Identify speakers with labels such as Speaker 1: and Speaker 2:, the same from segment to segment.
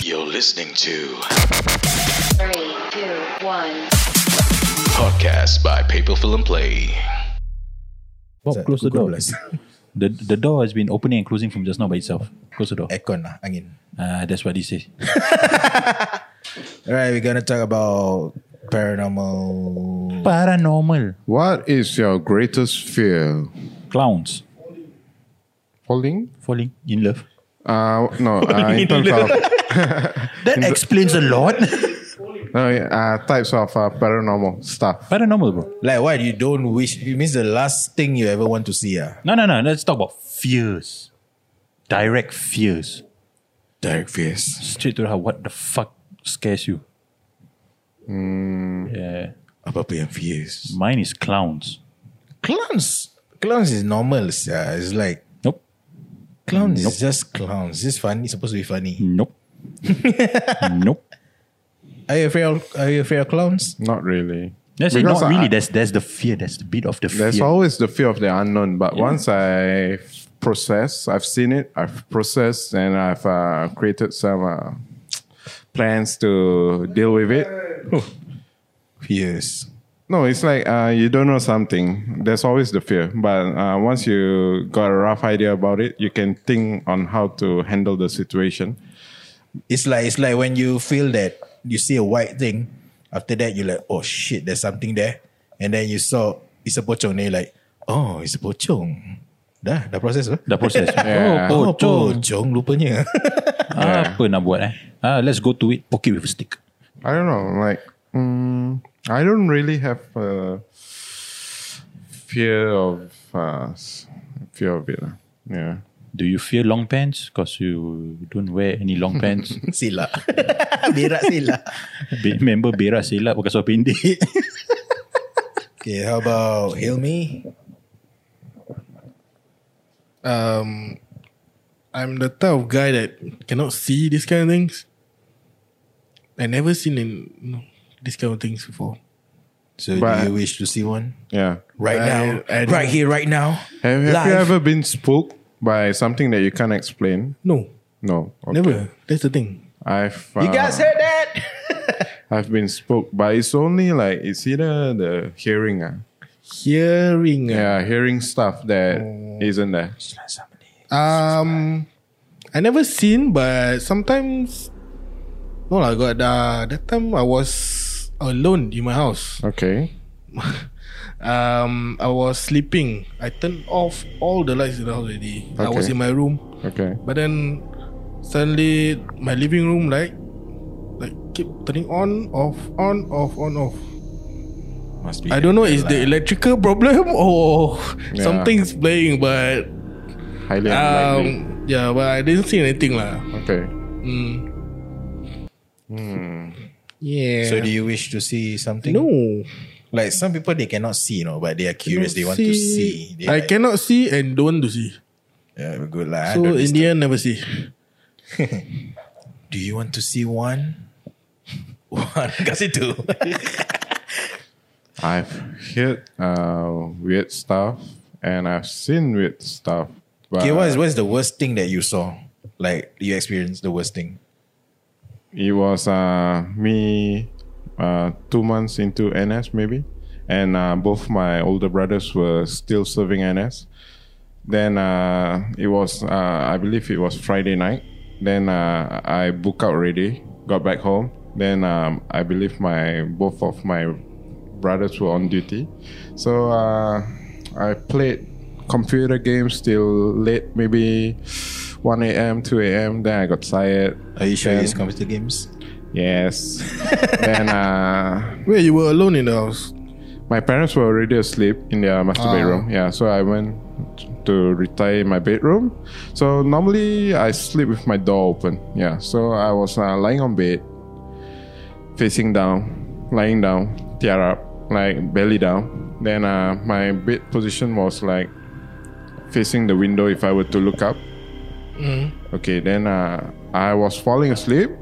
Speaker 1: You're listening to
Speaker 2: Three, two, one.
Speaker 1: podcast by Paper Film Play.
Speaker 3: Bob, close the door.
Speaker 4: Pukul 12.
Speaker 3: The, the door has been opening and closing from just now by itself. Close the door.
Speaker 4: Aircon lah, angin.
Speaker 3: Uh, that's what he says.
Speaker 4: Alright, we're gonna talk about
Speaker 3: Hmm.
Speaker 4: paranormal.
Speaker 3: Paranormal.
Speaker 5: What is your greatest fear?
Speaker 3: Clowns.
Speaker 5: Falling?
Speaker 3: Falling in love.
Speaker 5: Uh, no, uh, in terms of
Speaker 3: That explains a lot.
Speaker 5: no, uh, types of uh, paranormal stuff.
Speaker 3: Paranormal, bro.
Speaker 4: Like what you don't wish? It means the last thing you ever want to see. Ah,
Speaker 3: No, no, no. Let's talk about fears. Direct fears.
Speaker 4: direct fears.
Speaker 3: Straight to the heart. What the fuck scares you? Yeah.
Speaker 4: Apa apa yang fears?
Speaker 3: Mine is clowns.
Speaker 4: Clowns. Clowns is normal. Yeah, it's like
Speaker 3: Nope.
Speaker 4: clowns
Speaker 3: Nope.
Speaker 4: is just clowns. It's funny. It's supposed to be funny.
Speaker 3: Nope. nope.
Speaker 4: Are you afraid? Of, are you afraid of clowns?
Speaker 5: Not really.
Speaker 3: That's it. Not
Speaker 5: Because
Speaker 3: really.
Speaker 5: I-
Speaker 3: That's that's the fear. That's the bit of the fear.
Speaker 5: There's always the fear of the unknown, but once I process, I've seen it, I've processed, and I've uh, created some uh, plans to deal with it.
Speaker 4: Fears.
Speaker 5: No, it's like uh, you don't know something. There's always the fear, but uh, once you got a rough idea about it, you can think on how to handle the situation.
Speaker 4: It's like it's like when you feel that you see a white thing. After that, you're like, oh shit, there's something there. And then you saw it's a pocong. Then you're like, oh, it's a pocong. Dah, dah proses apa?
Speaker 3: The process.
Speaker 5: Yeah.
Speaker 3: Oh,
Speaker 4: Oh,
Speaker 3: pocong.
Speaker 4: pocong lupanya.
Speaker 3: Apa nak buat eh? Ah, let's go to it. Poke it with a stick.
Speaker 5: I don't know. Like, mm, I don't really have uh, fear of uh, s- fear of it. lah. Yeah.
Speaker 3: Do you fear long pants? Because you don't wear any long pants.
Speaker 4: sila. Berak sila.
Speaker 3: Be- Member Bera selak pakai seluar pendek.
Speaker 4: Okay, how about Hilmi?
Speaker 6: um, I'm the type of guy that cannot see these kind of things. I never seen in no, these kind of things before.
Speaker 4: So
Speaker 5: But-
Speaker 4: do you wish to see one?
Speaker 5: Yeah.
Speaker 4: Right
Speaker 6: I-
Speaker 4: now.
Speaker 6: I don't-
Speaker 4: right here, right now.
Speaker 5: Have, have you
Speaker 4: Live.
Speaker 5: ever been spooked by something that you can't explain?
Speaker 6: No,
Speaker 5: No. Okay.
Speaker 6: never. That's the thing.
Speaker 5: I've uh,
Speaker 4: You guys heard that?
Speaker 5: I've been spooked, but it's only like it's either the hearing. ah.
Speaker 6: Hearing. ah.
Speaker 5: Yeah, hearing stuff that not there.
Speaker 6: Um, I never seen, but sometimes. No, I got uh, that time I was alone in my house.
Speaker 5: Okay.
Speaker 6: Um, I was sleeping. I turned off all the lights in the house already. I was
Speaker 5: Okay.
Speaker 6: in my room.
Speaker 5: Okay.
Speaker 6: But then suddenly my living room light like keep turning on, off, on, off, on, off.
Speaker 4: Must be.
Speaker 6: I don't know is the electrical problem or
Speaker 5: Yeah.
Speaker 6: something's playing, but
Speaker 5: Highly unlikely.
Speaker 6: um, yeah, but I didn't see anything lah.
Speaker 5: Okay.
Speaker 6: Mm. Yeah.
Speaker 4: So do you wish to see something?
Speaker 6: no,
Speaker 4: Like some people they cannot see, you know, but they are curious. They want to see. They
Speaker 6: I
Speaker 4: like,
Speaker 6: cannot see and don't want to see.
Speaker 4: Yeah, good lah.
Speaker 6: So
Speaker 4: Don't
Speaker 6: in
Speaker 4: disturb.
Speaker 6: the end, never see.
Speaker 4: do you want to see one? One. Kasih tu.
Speaker 5: I've heard uh, weird stuff and I've seen weird stuff. But
Speaker 4: Okay, what is what's the worst thing that you saw? Like you experienced the worst thing?
Speaker 5: It was uh, me uh, two months into NS, maybe. And uh, both my older brothers were still serving NS. Then uh, it was, uh, I believe it was Friday night. Then uh, I booked out already, got back home. Then um, I believe my both of my brothers were on duty. So uh, I played computer games till late, maybe 1 a.m., 2 a.m. Then I got tired.
Speaker 4: Are you sure
Speaker 5: Then-
Speaker 4: it's computer games?
Speaker 5: Yes. then uh,
Speaker 6: Where you were alone in the house?
Speaker 5: my parents were already asleep in their master
Speaker 6: Ah.
Speaker 5: bedroom. Yeah, so I went to retire in my bedroom. So normally I sleep with my door open. Yeah, so I was uh, lying on bed, facing down, lying down, tear up, like belly down. Then uh, my bed position was like facing the window if I were to look up. Okay, then uh, I was falling asleep.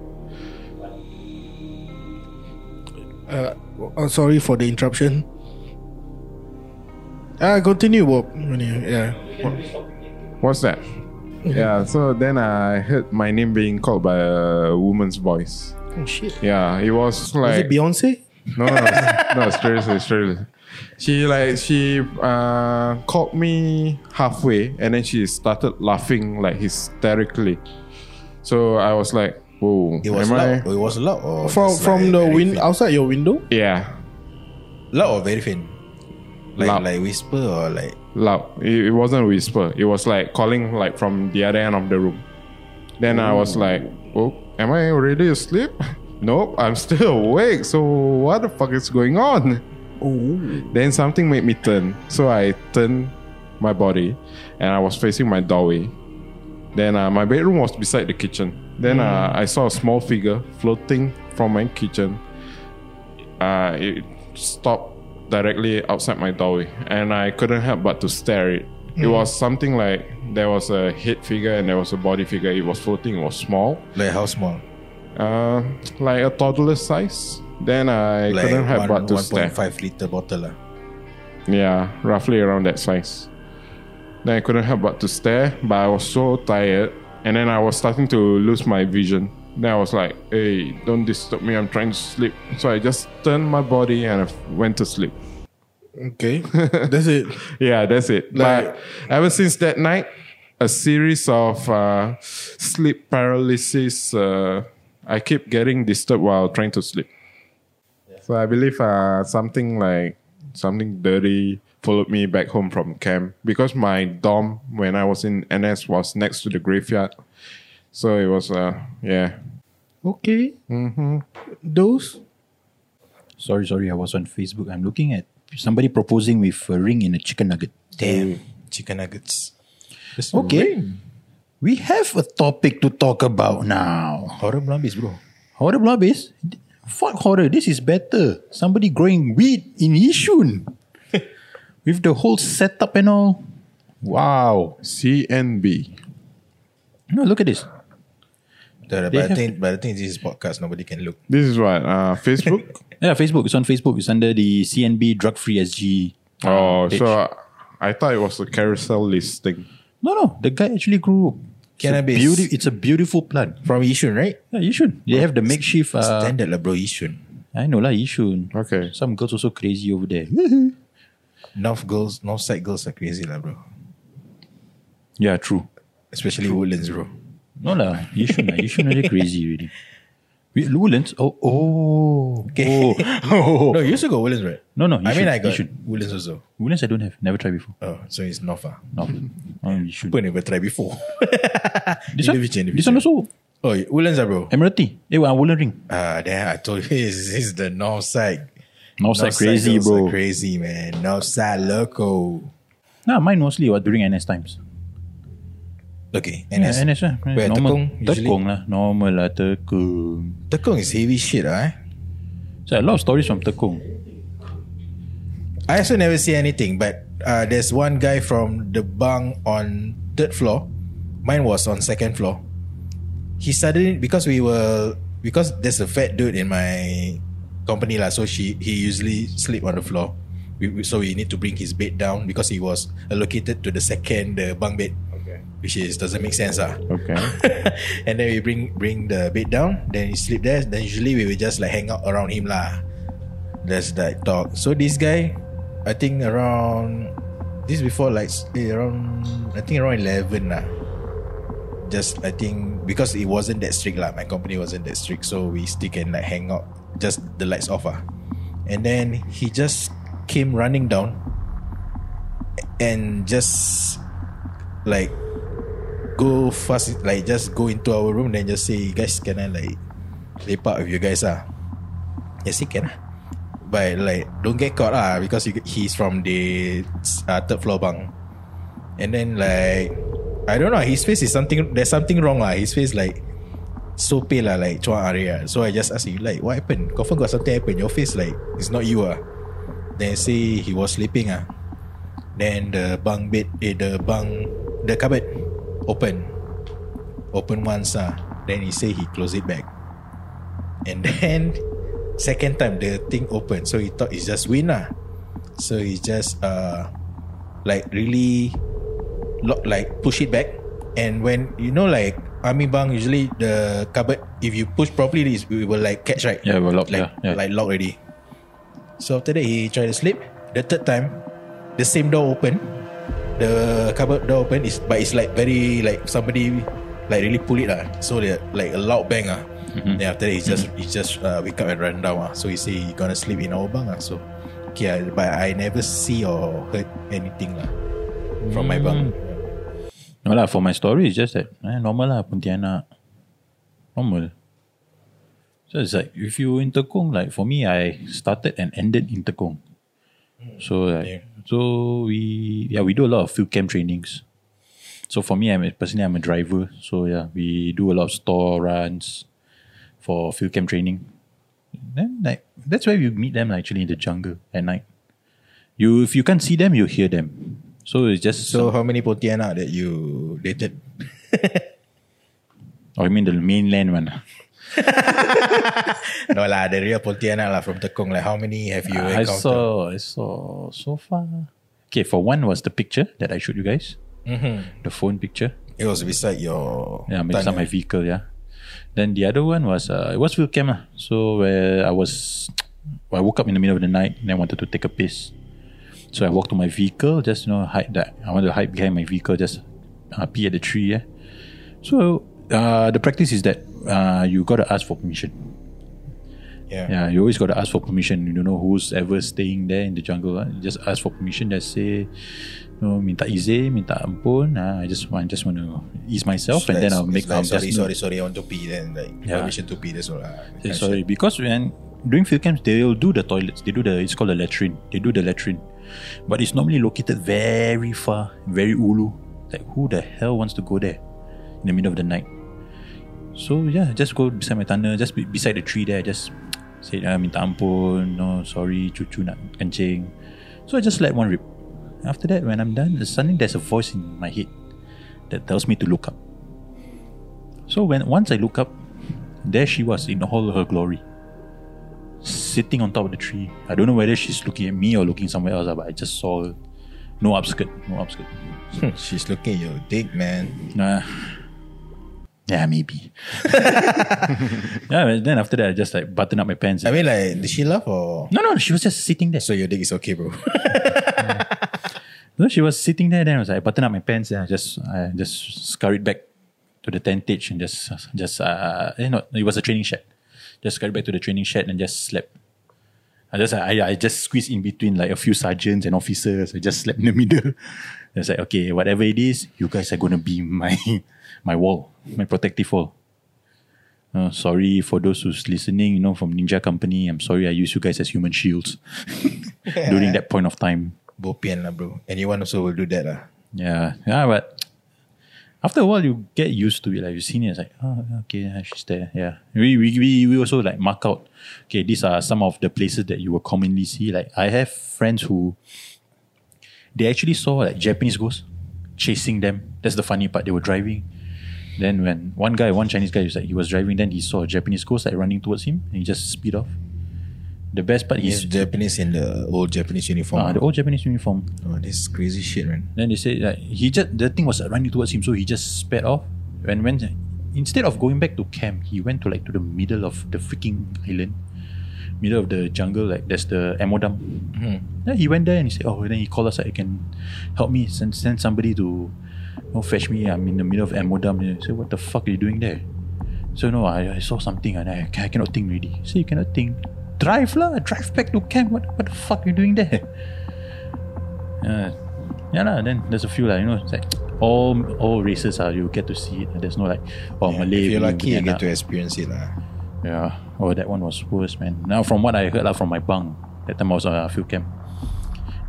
Speaker 6: Uh, oh, sorry for the interruption. Ah, continue, Bob. Yeah.
Speaker 5: What's that? yeah, so then I heard my name being called by a woman's voice.
Speaker 6: Oh shit.
Speaker 5: Yeah, it was like
Speaker 6: Is it Beyonce?
Speaker 5: no, no, no, seriously, seriously. She like she uh, called me halfway, and then she started laughing like hysterically. So I was like, "Whoa,
Speaker 4: It was
Speaker 5: am I?"
Speaker 4: loud. It was loud. Or
Speaker 6: From
Speaker 4: just
Speaker 6: from
Speaker 4: like
Speaker 6: the
Speaker 4: very
Speaker 6: win
Speaker 4: faint?
Speaker 6: outside your window?
Speaker 5: Yeah,
Speaker 4: Loud or very faint? Like
Speaker 5: Loud.
Speaker 4: like whisper or like
Speaker 5: loud. It, it wasn't a whisper. It was like calling like from the other end of the room. Then I was like, "Oh, am I already asleep?" Nope, I'm still awake. So what the fuck is going on? Then something made me turn. So I turned my body, and I was facing my doorway. Then uh, my bedroom was beside the kitchen. Then uh, I saw a small figure floating from my kitchen. Uh, it stopped directly outside my doorway, and I couldn't help but to stare at it.
Speaker 4: Hmm.
Speaker 5: It was something like there was a head figure and there was a body figure. It was floating. It was small,
Speaker 4: like how small?
Speaker 5: uh, like a toddler size. Then I
Speaker 4: Like
Speaker 5: couldn't help
Speaker 4: one
Speaker 5: but to
Speaker 4: one
Speaker 5: stare.
Speaker 4: point five liter bottle lah.
Speaker 5: Yeah, roughly around that size. Then I couldn't help but to stare, but I was so tired. And then I was starting to lose my vision. Then I was like, hey, don't disturb me, I'm trying to sleep. So I just turned my body and I f- went to sleep.
Speaker 6: Okay. That's it.
Speaker 5: Yeah, that's it.
Speaker 6: Like-
Speaker 5: but ever since that night, a series of uh, sleep paralysis. Uh, I keep getting disturbed while trying to sleep. So I believe uh, something like something dirty followed me back home from camp because my dorm when I was in NS was next to the graveyard. So it was uh yeah.
Speaker 6: Okay. Mm-hmm. Those?
Speaker 3: Sorry, sorry. I was on Facebook. I'm looking at somebody proposing with a ring in a chicken nugget.
Speaker 4: Damn, chicken nuggets.
Speaker 3: Okay. We have a topic to talk about now.
Speaker 4: Horror melambis bro.
Speaker 3: Horror blobbies. Fuck horror. This is better. Somebody growing weed in Yishun. With the whole setup and all. Wow.
Speaker 5: CNB.
Speaker 3: No, look at this. They
Speaker 4: The, but I
Speaker 3: have-
Speaker 4: think but I think this is podcast. Nobody can look.
Speaker 5: This is what uh Facebook.
Speaker 3: Yeah, Facebook. It's on Facebook. It's under the CNB Drug Free SG. uh,
Speaker 5: oh,
Speaker 3: page.
Speaker 5: so I, I thought it was a carousel listing.
Speaker 3: No, no. The guy actually grew
Speaker 4: Cannabis.
Speaker 3: It's a, beauti- it's a beautiful plant.
Speaker 4: From Yishun, right?
Speaker 3: Yeah, Yishun. They have the makeshift. Uh,
Speaker 4: Standard lah, bro. Yishun.
Speaker 3: I know lah, Yishun.
Speaker 5: Okay.
Speaker 3: Some girls also crazy over there.
Speaker 4: North girls, north side girls are crazy lah, bro.
Speaker 3: yeah, true.
Speaker 4: Especially Woodlands, bro.
Speaker 3: No lah, Yishun lah. Yishun already crazy already. We Lowlands. Oh, oh.
Speaker 4: Okay.
Speaker 3: Oh.
Speaker 4: No, you also got Woodlands, right?
Speaker 3: No, no.
Speaker 4: I mean,
Speaker 3: Yishun,
Speaker 4: I got
Speaker 3: Yishun.
Speaker 4: Woodlands also.
Speaker 3: Woodlands I don't have. Never tried before.
Speaker 4: Oh, so it's north ah.
Speaker 3: No. Oh, Yishun.
Speaker 4: People never try before.
Speaker 3: this
Speaker 4: in
Speaker 3: one,
Speaker 4: the future, in the
Speaker 3: this one
Speaker 4: future.
Speaker 3: also
Speaker 4: oh, Woodlands ah, bro.
Speaker 3: Emirati. Eh, well, Woodland Ring.
Speaker 4: Ah, there I told you, this is the north side.
Speaker 3: North side
Speaker 4: North side
Speaker 3: crazy,
Speaker 4: girls are
Speaker 3: bro.
Speaker 4: Crazy man. North side loco.
Speaker 3: Nah, mine mostly was during NS times.
Speaker 4: Okay,
Speaker 3: Yeah,
Speaker 4: NS.
Speaker 3: NS lah.
Speaker 4: Where, Tekong
Speaker 3: normal.
Speaker 4: usually?
Speaker 3: Tekong lah. Normal lah, Tekong.
Speaker 4: Tekong is heavy shit, ah. eh?
Speaker 3: So a lot of stories from Tekong.
Speaker 4: I also never see anything, but uh, there's one guy from the bunk on third floor. Mine was on second floor. He suddenly because we were because there's a fat dude in my company lah, so she he usually sleep on the floor. We, we- so we need to bring his bed down because he was allocated to the second the bunk bed, okay. which is doesn't make sense ah.
Speaker 5: Okay.
Speaker 4: and then we bring bring the bed down, then he sleep there. Then usually we will just like hang out around him lah. That's like talk. So this guy, I think around this before like s- eh, around I think around eleven lah. Just I think because it wasn't that strict lah. My company wasn't that strict, so we still can like hang out. Just the lights off ah. And then he just came running down and just like go fast like just go into our room then just say "You guys can I like lepak with you guys ah yes he can ah but like don't get caught ah because you, he's from the uh, third floor bunk and then like I don't know his face is something there's something wrong lah his face like so pale lah like Chua area so I just ask you like what happened confirm got something happened your face like it's not you ah then say he was sleeping ah then the bunk bed, eh, the bunk, the cupboard open. Open once ah. Then he say he close it back. And then second time the thing open. So he thought it's just wind ah. So he just uh like really lock like push it back And when you know, like army bang, usually the cupboard, if you push properly, this we will like catch right.
Speaker 3: Yeah, it will lock,
Speaker 4: Like,
Speaker 3: yeah, yeah.
Speaker 4: like lock already. So after that, he tried to sleep. The third time, the same door open. The cupboard door open is, but it's like very like somebody like really pull it lah. So the like a loud bang ah.
Speaker 3: Mm-hmm.
Speaker 4: Then after that, he just he just uh, wake up and run down ah. So he say he gonna sleep in our bang ah. So okay, ah, but I never see or heard anything lah from my bang.
Speaker 3: Mm. No lah, for my story, it's just that eh, normal lah, Pontianak. Normal. So it's like, if you in Tekong, like for me, I started and ended in Tekong. So like,
Speaker 4: Hmm. Yeah.
Speaker 3: so we, yeah, we do a lot of field camp trainings. So for me, I'm a- personally, I'm a driver. So yeah, we do a lot of store runs for field camp training. Then like, that's where you meet them like, actually in the jungle at night. You, if you can't see them, you hear them. So it's just
Speaker 4: So how many Pontianak that you dated?
Speaker 3: Oh, you mean the mainland one? ah?
Speaker 4: no lah, the real Pontianak lah from Tekong. Like how many have you
Speaker 3: I saw,
Speaker 4: encountered?
Speaker 3: I saw so far. Okay, for one was the picture that I showed you guys, mm-hmm. the phone picture.
Speaker 4: It was beside your
Speaker 3: Yeah, maybe
Speaker 4: Tanya.
Speaker 3: some my vehicle. Yeah. Then the other one was uh, it was field camp lah. So where I was, I woke up in the middle of the night and I wanted to take a piss. So I walked to my vehicle, just you know hide that. I wanted to hide behind my vehicle, just uh, pee at the tree. Yeah. So uh, the practice is that uh, you got to ask for permission.
Speaker 4: Yeah.
Speaker 3: Yeah, you always got to ask for permission. You don't know who's ever staying there in the jungle. ah. Just ask for permission. Just say, no, minta izin, minta ampun. Ah, I just want, just want to ease myself,
Speaker 4: It's
Speaker 3: and
Speaker 4: like-
Speaker 3: then I'll
Speaker 4: it's
Speaker 3: make.
Speaker 4: like,
Speaker 3: I'll
Speaker 4: sorry,
Speaker 3: just-
Speaker 4: sorry, sorry, I want to pee. Then like
Speaker 3: Yeah.
Speaker 4: permission to pee. That's all. lah.
Speaker 3: Yeah,
Speaker 4: That
Speaker 3: sorry,
Speaker 4: kind of shit.
Speaker 3: because when doing field camps, they'll do the toilets. They do the it's called a latrine. They do the latrine, but it's normally located very far, very ulu. Like who the hell wants to go there in the middle of the night? So yeah, just go beside my tanah, just be, beside the tree there. Just say, ah, minta ampun, no sorry, cucu nak kencing. So I just let one rip. After that, when I'm done, suddenly there's a voice in my head that tells me to look up. So when once I look up, there she was in all her glory, sitting on top of the tree. I don't know whether she's looking at me or looking somewhere else, ah, but I just saw her. No upskirt, no upskirt.
Speaker 4: She's looking at your dick, man.
Speaker 3: Nah. Yeah, maybe. yeah, but then after that, I just like button up my pants.
Speaker 4: I mean, like, did she love or?
Speaker 3: no, no, she was just sitting there.
Speaker 4: So your dick is okay, bro.
Speaker 3: So she was sitting there. Then I was like, I button up my pants and I just, I just scurried back to the tentage and just, just, uh, you know, it was a training shed. Just scurried back to the training shed and just slept. I just, I, I just squeezed in between like a few sergeants and officers. I just slept in the middle. I was like, okay, whatever it is, you guys are gonna be my, my wall, my protective wall. Uh, sorry for those who's listening, you know, from Ninja Company. I'm sorry I use you guys as human shields during that point of time.
Speaker 4: Bopian lah, bro. Anyone also will do that lah.
Speaker 3: Yeah, yeah, but after a while you get used to it. Like you've seen it, it's like, oh, okay, yeah, she's there. Yeah, we, we we we also like mark out. Okay, these are some of the places that you will commonly see. Like I have friends who they actually saw like Japanese ghosts chasing them. That's the funny part. They were driving. Then when one guy, one Chinese guy, was like he was driving, then he saw a Japanese ghost like running towards him, and he just speed off. The best part
Speaker 4: He's
Speaker 3: is
Speaker 4: Japanese in the old Japanese uniform.
Speaker 6: Ah,
Speaker 3: uh, the old Japanese uniform.
Speaker 4: oh, this is crazy shit, man.
Speaker 3: Then they said like he just the thing was running towards him, so he just sped off. And went instead of going back to camp, he went to like to the middle of the freaking island, middle of the jungle. Like there's the ammo dump.
Speaker 4: Hmm.
Speaker 3: Then he went there and he said, "Oh." Then he called us like, "I can help me send send somebody to, you know, fetch me. I'm in the middle of ammo dump." And I said, "What the fuck are you doing there?" So no, I, I saw something and I, I cannot think really. So you cannot think. Drive lah, drive back to camp. What what the fuck are you doing there? Uh, yeah lah, then there's a few like you know, it's like all all races are you get to see it. There's no like oh Malay.
Speaker 4: if you're
Speaker 3: Malay,
Speaker 4: lucky, you
Speaker 3: Indian
Speaker 4: get to experience it lah.
Speaker 3: lah. Yeah. Oh that one was worse man. Now from what I heard lah from my bunk, that time I was on a field camp.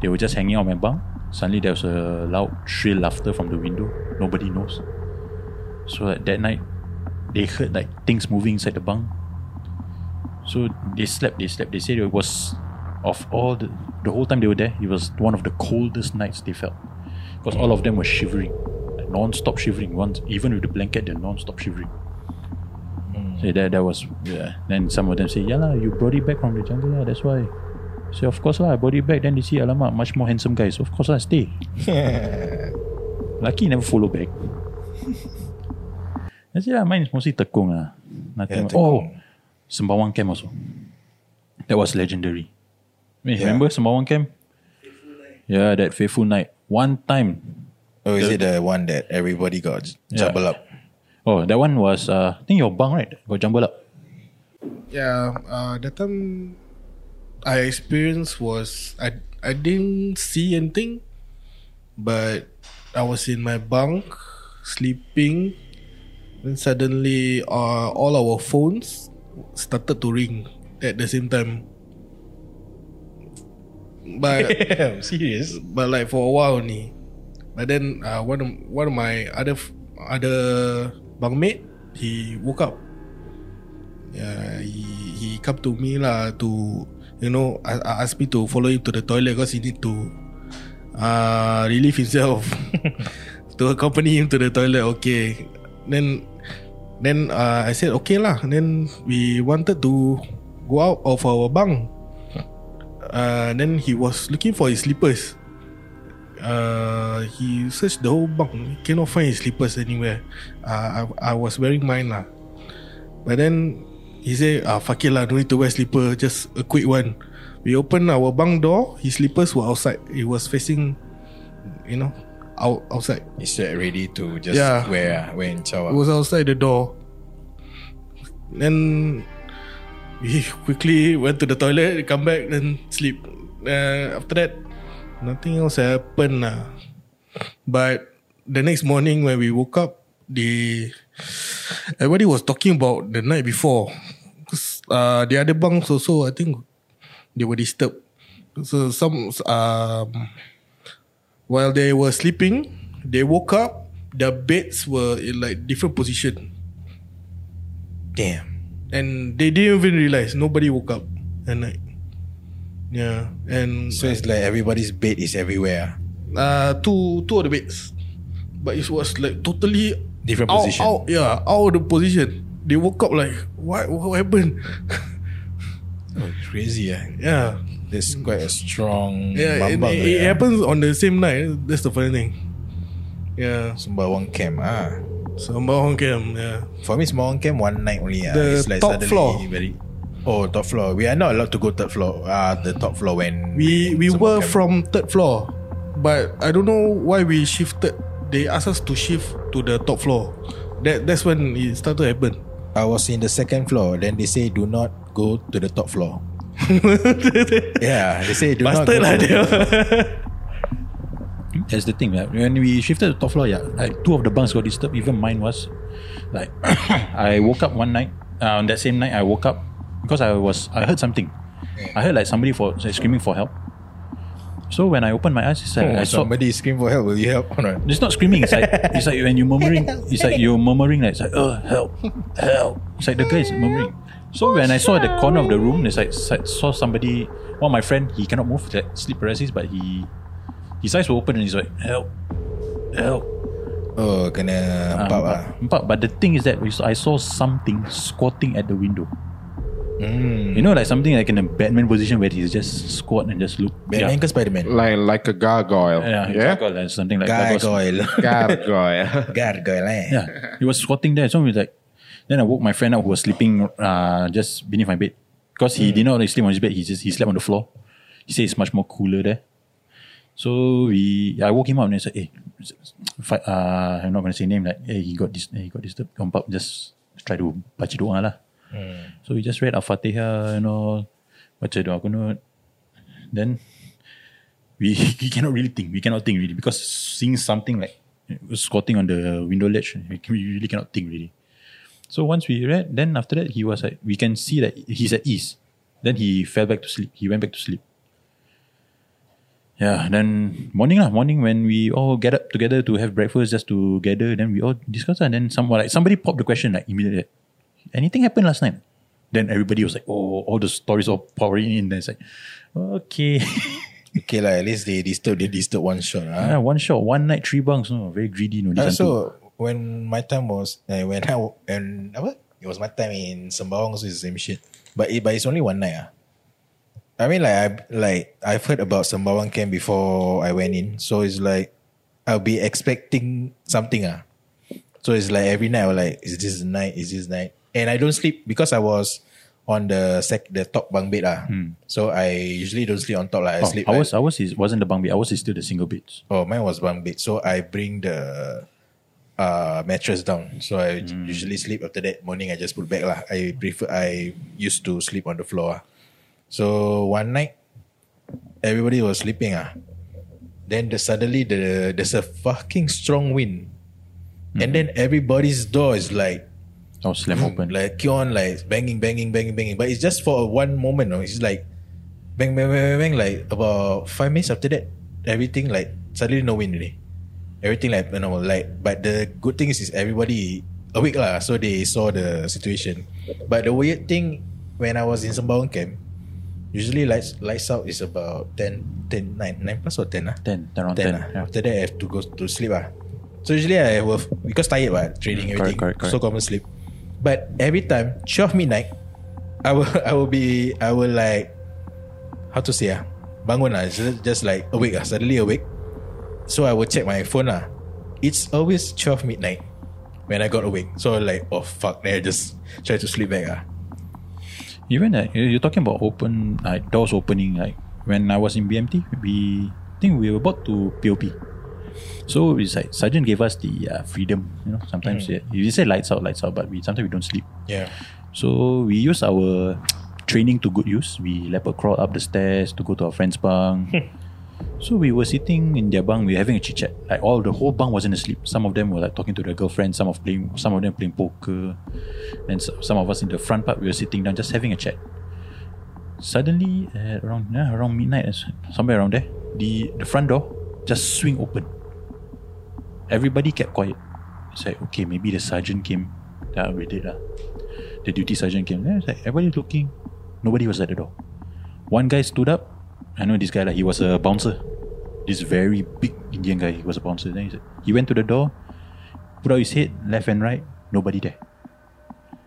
Speaker 3: They were just hanging out my bunk. Suddenly there was a loud shrill laughter from the window. Nobody knows. So like, that night they heard like things moving inside the bunk. So they slept, they slept. They said it was of all the the whole time they were there, it was one of the coldest nights they felt. Because all of them were shivering. Like non-stop shivering. Once even with the blanket, they're non-stop shivering.
Speaker 4: Hmm.
Speaker 3: So that that was yeah. Then some of them say, Yeah lah, you brought it back from the jungle, lah, that's why. So of course lah, I brought it back. Then they see Alamak, much more handsome guys. Of course lah, stay. Lucky he never follow back. That's it lah. Mine is mostly tekong lah. Nothing.
Speaker 4: Yeah,
Speaker 3: oh,
Speaker 4: tekong.
Speaker 3: Sembawang camp also. That was legendary. Wait, Remember Sembawang camp? Yeah, that faithful night. One time.
Speaker 4: Oh, is it the one that everybody got jumble up?
Speaker 3: Oh, that one was, uh, I think your bunk, right? Got jumbled up.
Speaker 6: Yeah, uh, that time I experienced was I I didn't see anything, but I was in my bunk sleeping, then suddenly uh, all our phones started to ring at the same time. But
Speaker 3: Yeah, serious.
Speaker 6: but like for a while only. But then uh, one of, one of my other f- other bunkmate he woke up. Yeah, he he come to me lah to you know a- a- ask me to follow him to the toilet because he need to uh, relieve himself to accompany him to the toilet. Okay, then then uh, I said okay lah. Then we wanted to go out of our bunk uh, then he was looking for his slippers. Uh, he searched the whole bunk, cannot find his slippers anywhere. Uh, I, I was wearing mine lah. But then he said, ah, fuck it lah, don't need to wear slipper, just a quick one. We opened our bunk door, his slippers were outside. It was facing, you know, out outside.
Speaker 4: Is that ready to just
Speaker 6: Yeah.
Speaker 4: wear ah, wear in
Speaker 6: It
Speaker 4: Chawa?
Speaker 6: was outside the door. Then we quickly went to the toilet, come back, then sleep. Uh, after that, nothing else happened. Lah. But the next morning when we woke up, the everybody was talking about the night before. 'Cause, Uh, the other bunks also, I think they were disturbed. So some um, while they were sleeping, they woke up. Their beds were in like different position,
Speaker 4: Damn.
Speaker 6: and they didn't even realize nobody woke up at night. Yeah, and
Speaker 4: So it's like everybody's bed is everywhere. ah.
Speaker 6: uh, two two of the beds, but it was like totally
Speaker 4: Different
Speaker 6: out,
Speaker 4: position.
Speaker 6: Out, yeah, out of the position. They woke up like what what happened?
Speaker 4: Oh, crazy ah.
Speaker 6: yeah,
Speaker 4: There's quite a strong
Speaker 6: yeah. and
Speaker 4: bambang
Speaker 6: it, it
Speaker 4: there, ah.
Speaker 6: happens on the same night. That's the funny thing. Yeah,
Speaker 4: Sembawang camp ah.
Speaker 6: Sembawang camp. Yeah,
Speaker 4: For me, Sembawang camp one night only ah.
Speaker 6: The
Speaker 4: It's like
Speaker 6: top
Speaker 4: suddenly
Speaker 6: floor.
Speaker 4: Very, oh, top floor. We are not allowed to go third floor. Ah, the top floor when
Speaker 6: we
Speaker 4: in
Speaker 6: we
Speaker 4: Sembawang
Speaker 6: were
Speaker 4: camp.
Speaker 6: from third floor, but I don't know why we shifted. They asked us to shift to the top floor. That that's when it started to happen.
Speaker 4: I was in the second floor. Then they say do not go to the top floor. yeah, they say do
Speaker 6: Bastard lah
Speaker 4: not. Go to the-
Speaker 6: dia.
Speaker 3: That's the thing. Like, when we shifted to top floor, yeah, like two of the bunks got disturbed. Even mine was. Like, I woke up one night. Uh, on that same night, I woke up because I was I heard something. I heard like somebody for like, screaming for help. So when I opened my eyes, it's like
Speaker 4: Oh,
Speaker 3: I saw.
Speaker 4: somebody scream for help. Will you help or not?
Speaker 3: It's not screaming. It's like it's like when you're murmuring. It's like you're murmuring. Like, it's like oh help, help. It's like the guy is murmuring. So when I saw the corner of the room, it's like I saw somebody. One of my friend, he cannot move. It's like sleep paralysis, but he his eyes were open and he's like help, help.
Speaker 4: Oh, kena empat ah.
Speaker 3: But, but the thing is that we saw- I saw something squatting at the window. You know, like something like in a Batman position where he's just squat and just look. yeah.
Speaker 4: Batman ke Spiderman?
Speaker 5: Like like a gargoyle.
Speaker 3: Yeah,
Speaker 5: Yeah.
Speaker 3: gargoyle and something like that.
Speaker 4: Gargoyle.
Speaker 5: Gargoyle.
Speaker 4: Gargoyle eh.
Speaker 3: Yeah, he was squatting there. So we was like, then I woke my friend up who was sleeping uh, just beneath my bed because he did not really sleep on his bed. He just he slept on the floor. He said it's much more cooler there. So we, I woke him up and I said, "Hey, fi- uh, I'm not going to say name. Like, hey, he got dis- he got disturbed. Come up, just try to baca doa lah. So we just read Al-Fatihah and all, baca doa kunut. Then we, we cannot really think. We cannot think really because seeing something like squatting on the window ledge, we, can- we really cannot think really. So once we read, then after that he was like, we can see that he's at ease. Then he fell back to sleep. He went back to sleep. Yeah. Then morning lah, morning when we all get up together to have breakfast, just to gather. Then we all discuss and then someone like somebody popped the question like immediately. like, Anything happened last night? Then everybody was like, oh, all the stories all pouring in. Then it's like, okay.
Speaker 4: Okay lah, at least they disturb, they disturb one shot ah.
Speaker 3: Yeah, one shot, one night, three bunks. No, very greedy. No,
Speaker 4: Uh,
Speaker 3: this
Speaker 4: so
Speaker 3: so,
Speaker 4: when my time was uh, when I w- and apa? It was my time in Sembawang also it's the same shit. But it, but it's only one night ah. I mean like I like I've heard about Sembawang camp before I went in. So it's like I'll be expecting something ah. So it's like every night I was like, is this the night? Is this the night? And I don't sleep because I was on the sec the top bunk bed lah. So I usually don't sleep on top
Speaker 3: Oh,
Speaker 4: like I sleep.
Speaker 3: ours,
Speaker 4: like,
Speaker 3: ours is, wasn't the bunk bed. Ours is still the single beds.
Speaker 4: oh mine was bunk bed. So I bring the uh mattress down. So I usually sleep after that morning. I just put back lah. I prefer I used to sleep on the floor. ah. So one night everybody was sleeping ah. Then the, suddenly the there's a fucking strong wind. And then everybody's door is like
Speaker 3: I was Oh, slam open.
Speaker 4: Mm, like keep on like banging, banging, banging, banging. But it's just for a one moment. No? It's like bang, bang, bang, bang, bang. Like about five minutes after that, everything like suddenly no wind really. Everything like you know, like. But the good thing is, is everybody awake lah, so they saw the situation. But the weird thing when I was in Sembawang camp, usually lights lights out is about 10, 10 9, 9 plus or ten ah.
Speaker 3: 10, around 10.
Speaker 4: 10, lah.
Speaker 3: yeah.
Speaker 4: After that, I have to go to sleep. Ah. So usually I will, because tired, what, training,
Speaker 3: Mm,
Speaker 4: everything.
Speaker 3: correct, correct, correct.
Speaker 4: So common sleep. But every time, 12 midnight, I will, I will be, I will like, how to say, ah, bangun lah, just, just like awake, ah, suddenly awake. So I will check my phone. Ah. It's always 12 midnight when I got awake. So like, oh fuck, then I just try to sleep back. Ah.
Speaker 3: Even like, you- you're talking about open, like doors opening. Like when I was in BMT, we I think we were about to POP. So it's like sergeant gave us the uh, freedom. You know, sometimes
Speaker 4: Mm.
Speaker 3: yeah, you say lights out, lights out, but we sometimes we don't sleep.
Speaker 4: Yeah.
Speaker 3: So we use our training to good use. We leopard crawl up the stairs to go to our friend's bunk. so we were sitting in their bunk. We were having a chit chat. Like all the whole bunk wasn't asleep. Some of them were like talking to their girlfriend. Some of playing. Some of them playing poker. And so- some of us in the front part we were sitting down just having a chat. Suddenly, at around yeah, around midnight, as- somewhere around there, the the front door just swing open. Everybody kept quiet. It's like okay, maybe the sergeant came. That we did lah the duty sergeant came. Then I was like, everybody's looking. Nobody was at the door. One guy stood up. I know this guy, like, he was a bouncer. This very big Indian guy, he was a bouncer. Then he, said, he went to the door, put out his head, left and right, nobody there.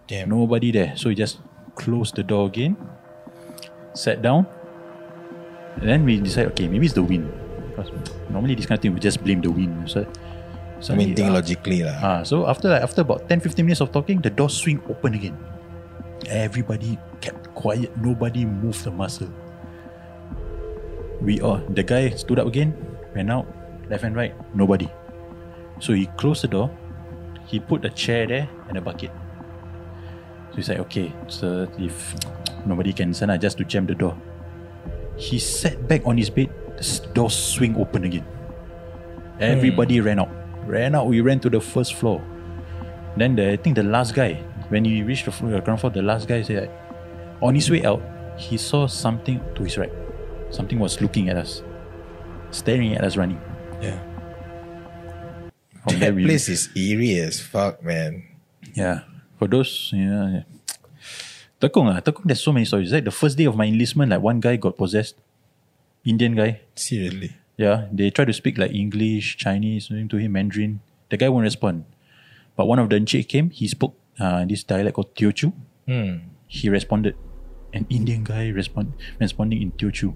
Speaker 4: Damn.
Speaker 3: Nobody there. So he just closed the door again, sat down. And then we decided, okay, maybe it's the wind. Because normally this kind of thing, we just blame the wind. So,
Speaker 4: I mean, think
Speaker 3: uh,
Speaker 4: logically. lah.
Speaker 3: Ah, so after like, after about 10-15 minutes of talking, the door swing open again. Everybody kept quiet. Nobody moved a muscle. We all the guy stood up again, went out, left and right, nobody. So he closed the door. He put a chair there and a bucket. So he's like, okay, so if nobody can send, I just to jam the door. He sat back on his bed. The s- door swing open again.
Speaker 4: Hmm.
Speaker 3: Everybody ran out. Ran out. We ran to the first floor. Then the, I think the last guy, when he reached the floor, the ground floor, the last guy said, like, on his way out, he saw something to his right. Something was looking at us, staring at us running.
Speaker 4: Yeah.
Speaker 3: From there
Speaker 4: That
Speaker 3: we-
Speaker 4: place is eerie as fuck, man.
Speaker 3: Yeah. For those, yeah. yeah. Tekong, ah, Tekong, there's so many stories. Like the first day of my enlistment, like one guy got possessed. Indian guy.
Speaker 4: Seriously.
Speaker 3: Yeah. They try to speak like English, Chinese, something to him, Mandarin. The guy won't respond. But one of the Encik came, he spoke uh, this dialect called Teochew. He responded. An Indian guy respond, responding in Teochew.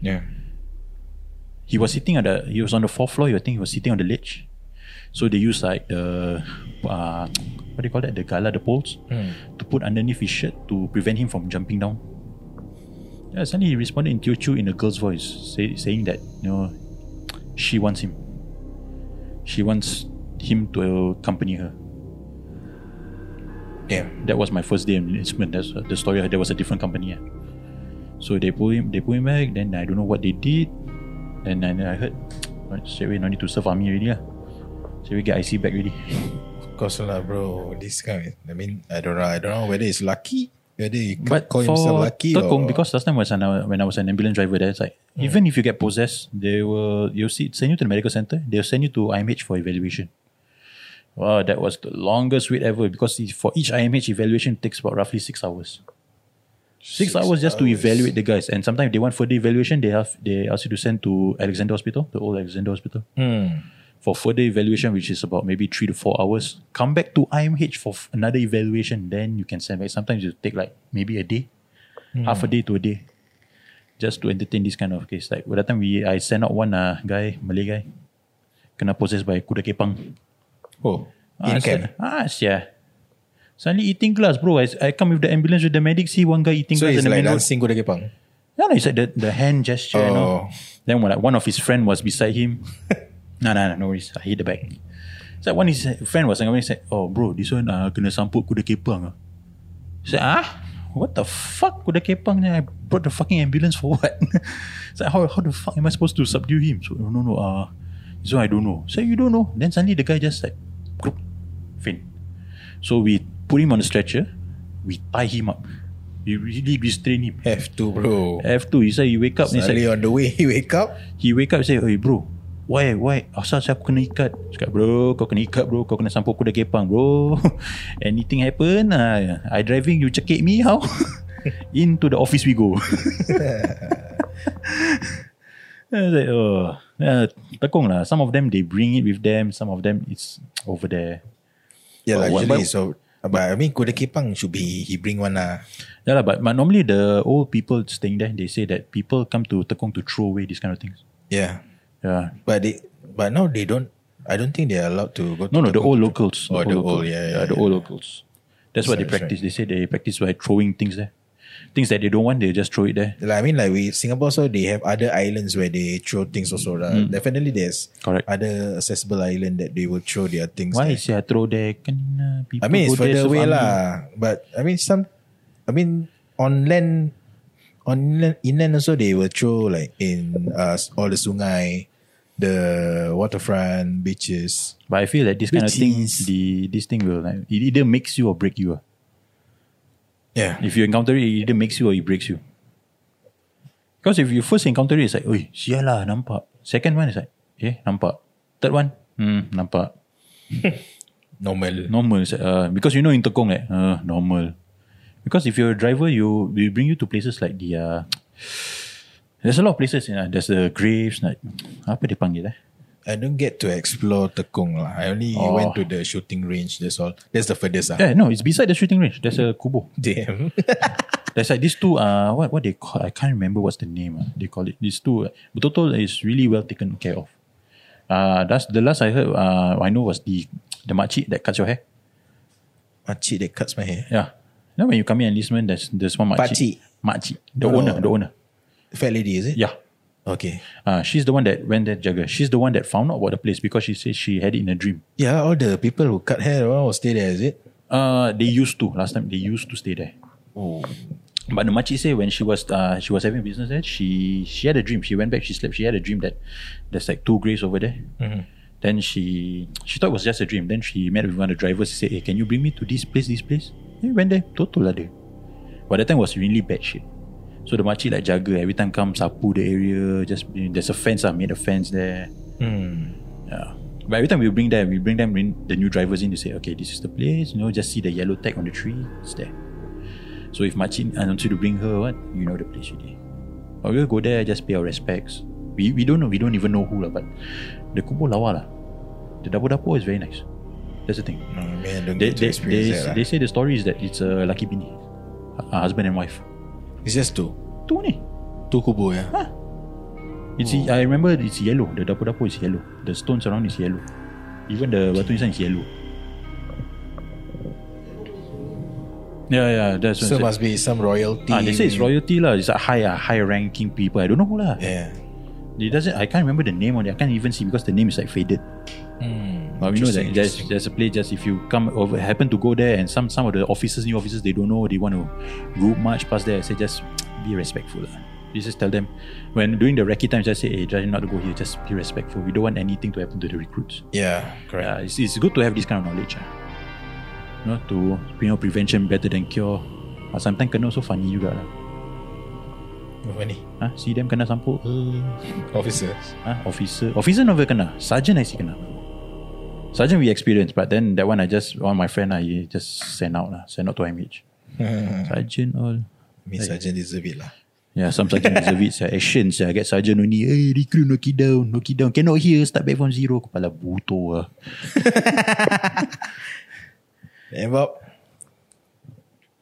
Speaker 4: Yeah.
Speaker 3: He was sitting on the, he was on the fourth floor, I think he was sitting on the ledge. So they used like the, uh, what do you call that? The gala, the poles, to put underneath his shirt to prevent him from jumping down. Yeah, suddenly he responded in Teochew in a girl's voice, say, saying that, you know, she wants him. She wants him to accompany her.
Speaker 4: Damn.
Speaker 3: That was my first day in enlistment. That's uh, the story. There was a different company. eh. So they pull him, they pull him back. Then I don't know what they did. And then I heard, straight away, no need to serve army already lah. Straight away get IC back already.
Speaker 4: Of course lah, bro. This guy, I mean, I don't know. I don't know whether it's lucky, whether he can
Speaker 3: But
Speaker 4: call himself
Speaker 3: for
Speaker 4: lucky
Speaker 3: Tekong,
Speaker 4: or
Speaker 3: because last time was an, uh, when I was an ambulance driver there, it's like even if you get possessed, they will you'll see send you to the medical center. They'll send you to IMH for evaluation. Wow, that was the longest wait ever because it- for each IMH evaluation takes about roughly six hours. Six, hours just to
Speaker 4: hours.
Speaker 3: evaluate the guys, and sometimes they want further evaluation. They have they ask you to send to Alexander Hospital, the old Alexander Hospital, for further evaluation, which is about maybe three to four hours. Come back to IMH for f- another evaluation, then you can send back. Sometimes you take like maybe a day, half a day to a day, just to entertain this kind of case. Like by the time we I sent out one uh, guy Malay guy, kena possessed by kuda kepang.
Speaker 4: oh, In
Speaker 3: I said,
Speaker 4: camp.
Speaker 3: ah, yeah. Suddenly eating glass, bro. I, I come with the ambulance with the medic, see one guy eating
Speaker 4: So
Speaker 3: glass. and
Speaker 4: it's
Speaker 3: the
Speaker 4: like
Speaker 3: main road.
Speaker 4: dancing kuda kepang.
Speaker 3: No, no, it's like the, the hand gesture. you know.
Speaker 4: Oh.
Speaker 3: Then when I, one of his friend was beside him, no, no, no, no worries. I hit the back. So one his friend was coming. He said, "Oh, bro, this one uh, kena samput kuda kepang." ah." I said, "Ah, what the fuck kuda kepang? Then I brought the fucking ambulance for what?" It's like, how how the fuck am I supposed to subdue him? So no, no, no. Uh, so I don't know. So you don't know. Then suddenly the guy just like, "Krup," fin. So we put him on the stretcher. We tie him up. We really restrain him.
Speaker 4: Have to bro.
Speaker 3: F2 He said you wake up He's
Speaker 4: Suddenly
Speaker 3: like,
Speaker 4: on the way he wake up.
Speaker 3: He wake up He say Hey bro Why why Asal saya aku kena ikat Cakap bro Kau kena ikat bro Kau kena sampuk kuda kepang bro Anything happen uh, I driving You cekik me how Into the office we go I was like oh uh, Tekong lah Some of them they bring it with them Some of them it's over there
Speaker 4: Yeah, lah,
Speaker 3: But-
Speaker 4: usually
Speaker 3: but-
Speaker 4: so. But I mean kuda kepang should be he bring one lah.
Speaker 3: Yeah, lah, but, but normally the old people staying there, they say that people come to Tekong to throw away these kind of things. Ya,
Speaker 4: Yeah,
Speaker 3: Yeah,
Speaker 4: but they but now they don't. I don't think they are allowed to go. To
Speaker 3: No, no, the
Speaker 4: Tekong
Speaker 3: old
Speaker 4: to-
Speaker 3: locals.
Speaker 4: Oh, the old,
Speaker 3: locals.
Speaker 4: yeah, yeah,
Speaker 3: the
Speaker 4: yeah.
Speaker 3: old locals. That's what they
Speaker 4: That's right,
Speaker 3: practice. They say they practice by throwing things there, things that they don't want. They just throw it there.
Speaker 4: Like, I mean, like we Singapore, so they have other islands where they throw things also. lah. Definitely, there's
Speaker 3: Hmm. Correct.
Speaker 4: other accessible island that they will throw their things.
Speaker 3: Why
Speaker 4: there.
Speaker 3: is I throw there? Can uh, people
Speaker 4: I mean, it's
Speaker 3: go there
Speaker 4: further
Speaker 3: serve
Speaker 4: away
Speaker 3: army?
Speaker 4: lah. But I mean, some, I mean, on land, on inland, inland also they will throw like in uh, all the sungai, the waterfront beaches.
Speaker 3: But I feel that this kind of thing,
Speaker 4: Bitches.
Speaker 3: the this thing will like, it either makes you or break you. ah.
Speaker 4: Yeah,
Speaker 3: If you encounter it, it either makes you or it breaks you. Because if you first encounter it, it's like, oi, sial lah, nampak. Second one is like, eh, nampak. Third one, hmm, nampak.
Speaker 4: normal.
Speaker 3: normal it's like, uh, because you know in Tekong like uh, normal because if you're a driver you we bring you to places like the uh, there's a lot of places you know, there's the graves like apa dia panggil eh
Speaker 4: I don't get to explore Tekong lah. I only
Speaker 3: Oh.
Speaker 4: went to the shooting range. That's all. That's the furthest ah.
Speaker 3: yeah Eh, no it's beside the shooting range there's a kubo
Speaker 4: Damn.
Speaker 3: there's like these two uh, what what they call I can't remember what's the name uh, they call it these two uh, betul is really well taken care of uh, that's the last I heard uh, I know was the the makcik that cuts your hair
Speaker 4: Makcik that cuts my hair.
Speaker 3: yeah you know when you come in enlistment there's, there's one makcik
Speaker 4: Pakcik.
Speaker 3: makcik the
Speaker 4: No, no.
Speaker 3: owner the owner
Speaker 4: Fat lady is it?
Speaker 3: yeah
Speaker 4: Okay.
Speaker 3: Uh, she's the one that went there, Jagger. She's the one that found out about the place because she says she had it in a dream.
Speaker 4: Yeah, all the people who cut hair all will stay there, is it?
Speaker 3: Uh, they used to last time. They used to stay there. But the makcik say when she was uh, she was having business there, she she had a dream. She went back. She slept. She had a dream that there's like two graves over there. Then she she thought it was just a dream. Then she met with one of the drivers. She said, "Hey, can you bring me to this place? This place?" He went there. Total lah dia. But that time was really bad shit. So the makcik like jaga every time come sapu the area. Just there's a fence. I made a fence there. Yeah. But every time we bring them, we bring them in the new drivers in to say, okay, this is the place. You know, just see the yellow tag on the tree. It's there. So if Machin wants you to bring her, what you know the place already. But we'll go there, just pay our respects. We we don't know, we don't even know who lah. But the kubo lawa lah. The dapo dapo is very nice. That's the thing.
Speaker 4: No, I mean, I Oh, don't
Speaker 3: They
Speaker 4: get to
Speaker 3: they,
Speaker 4: experience
Speaker 3: they,
Speaker 4: that. ah. lah.
Speaker 3: they say the story is that it's a lucky bini, a husband and wife.
Speaker 4: It's just two.
Speaker 3: Tu ni.
Speaker 4: Two kubu, yeah.
Speaker 3: It's I remember it's yellow. The dapo dapo is yellow. The stones around is yellow. Even the batu nisan is yellow. Yeah, yeah, that's what
Speaker 4: So
Speaker 3: I said.
Speaker 4: must be some royalty.
Speaker 3: Ah, they say it's royalty lah. It's a high, ah, high ranking people. I don't know who lah.
Speaker 4: Yeah.
Speaker 3: It doesn't. I can't remember the name on it. I can't even see because the name is like faded. But we know that
Speaker 4: Hmm, Interesting,
Speaker 3: there's,
Speaker 4: interesting.
Speaker 3: there's a place. Just if you come over, happen to go there, and some some of the officers, new officers, they don't know. They want to route march past there. I say just be respectful. lah. You just tell them when doing the recce time. Just say, hey, try not to go here. Just be respectful. We don't want anything to happen to the recruits.
Speaker 4: Yeah, correct.
Speaker 3: Yeah, it's, it's good to have this kind of knowledge. ah. You know, to you know prevention better than cure. But sometimes kena so funny juga lah.
Speaker 4: Apa ni?
Speaker 3: Ah, see them kena sampul.
Speaker 4: Officers.
Speaker 3: Ah, officer. Officer never kena. Sergeant I see kena. Sergeant we experienced, but then that one I just one of my friend I he just send out lah, send out to MH. sergeant all.
Speaker 4: Miss Sergeant deserve it lah.
Speaker 3: Yeah, some sergeant deserve it. Saya action saya get sergeant only. Hey, recruit knock it down, knock it down. Cannot hear, start back from zero. Kepala buto lah.
Speaker 4: And Eh, Bob,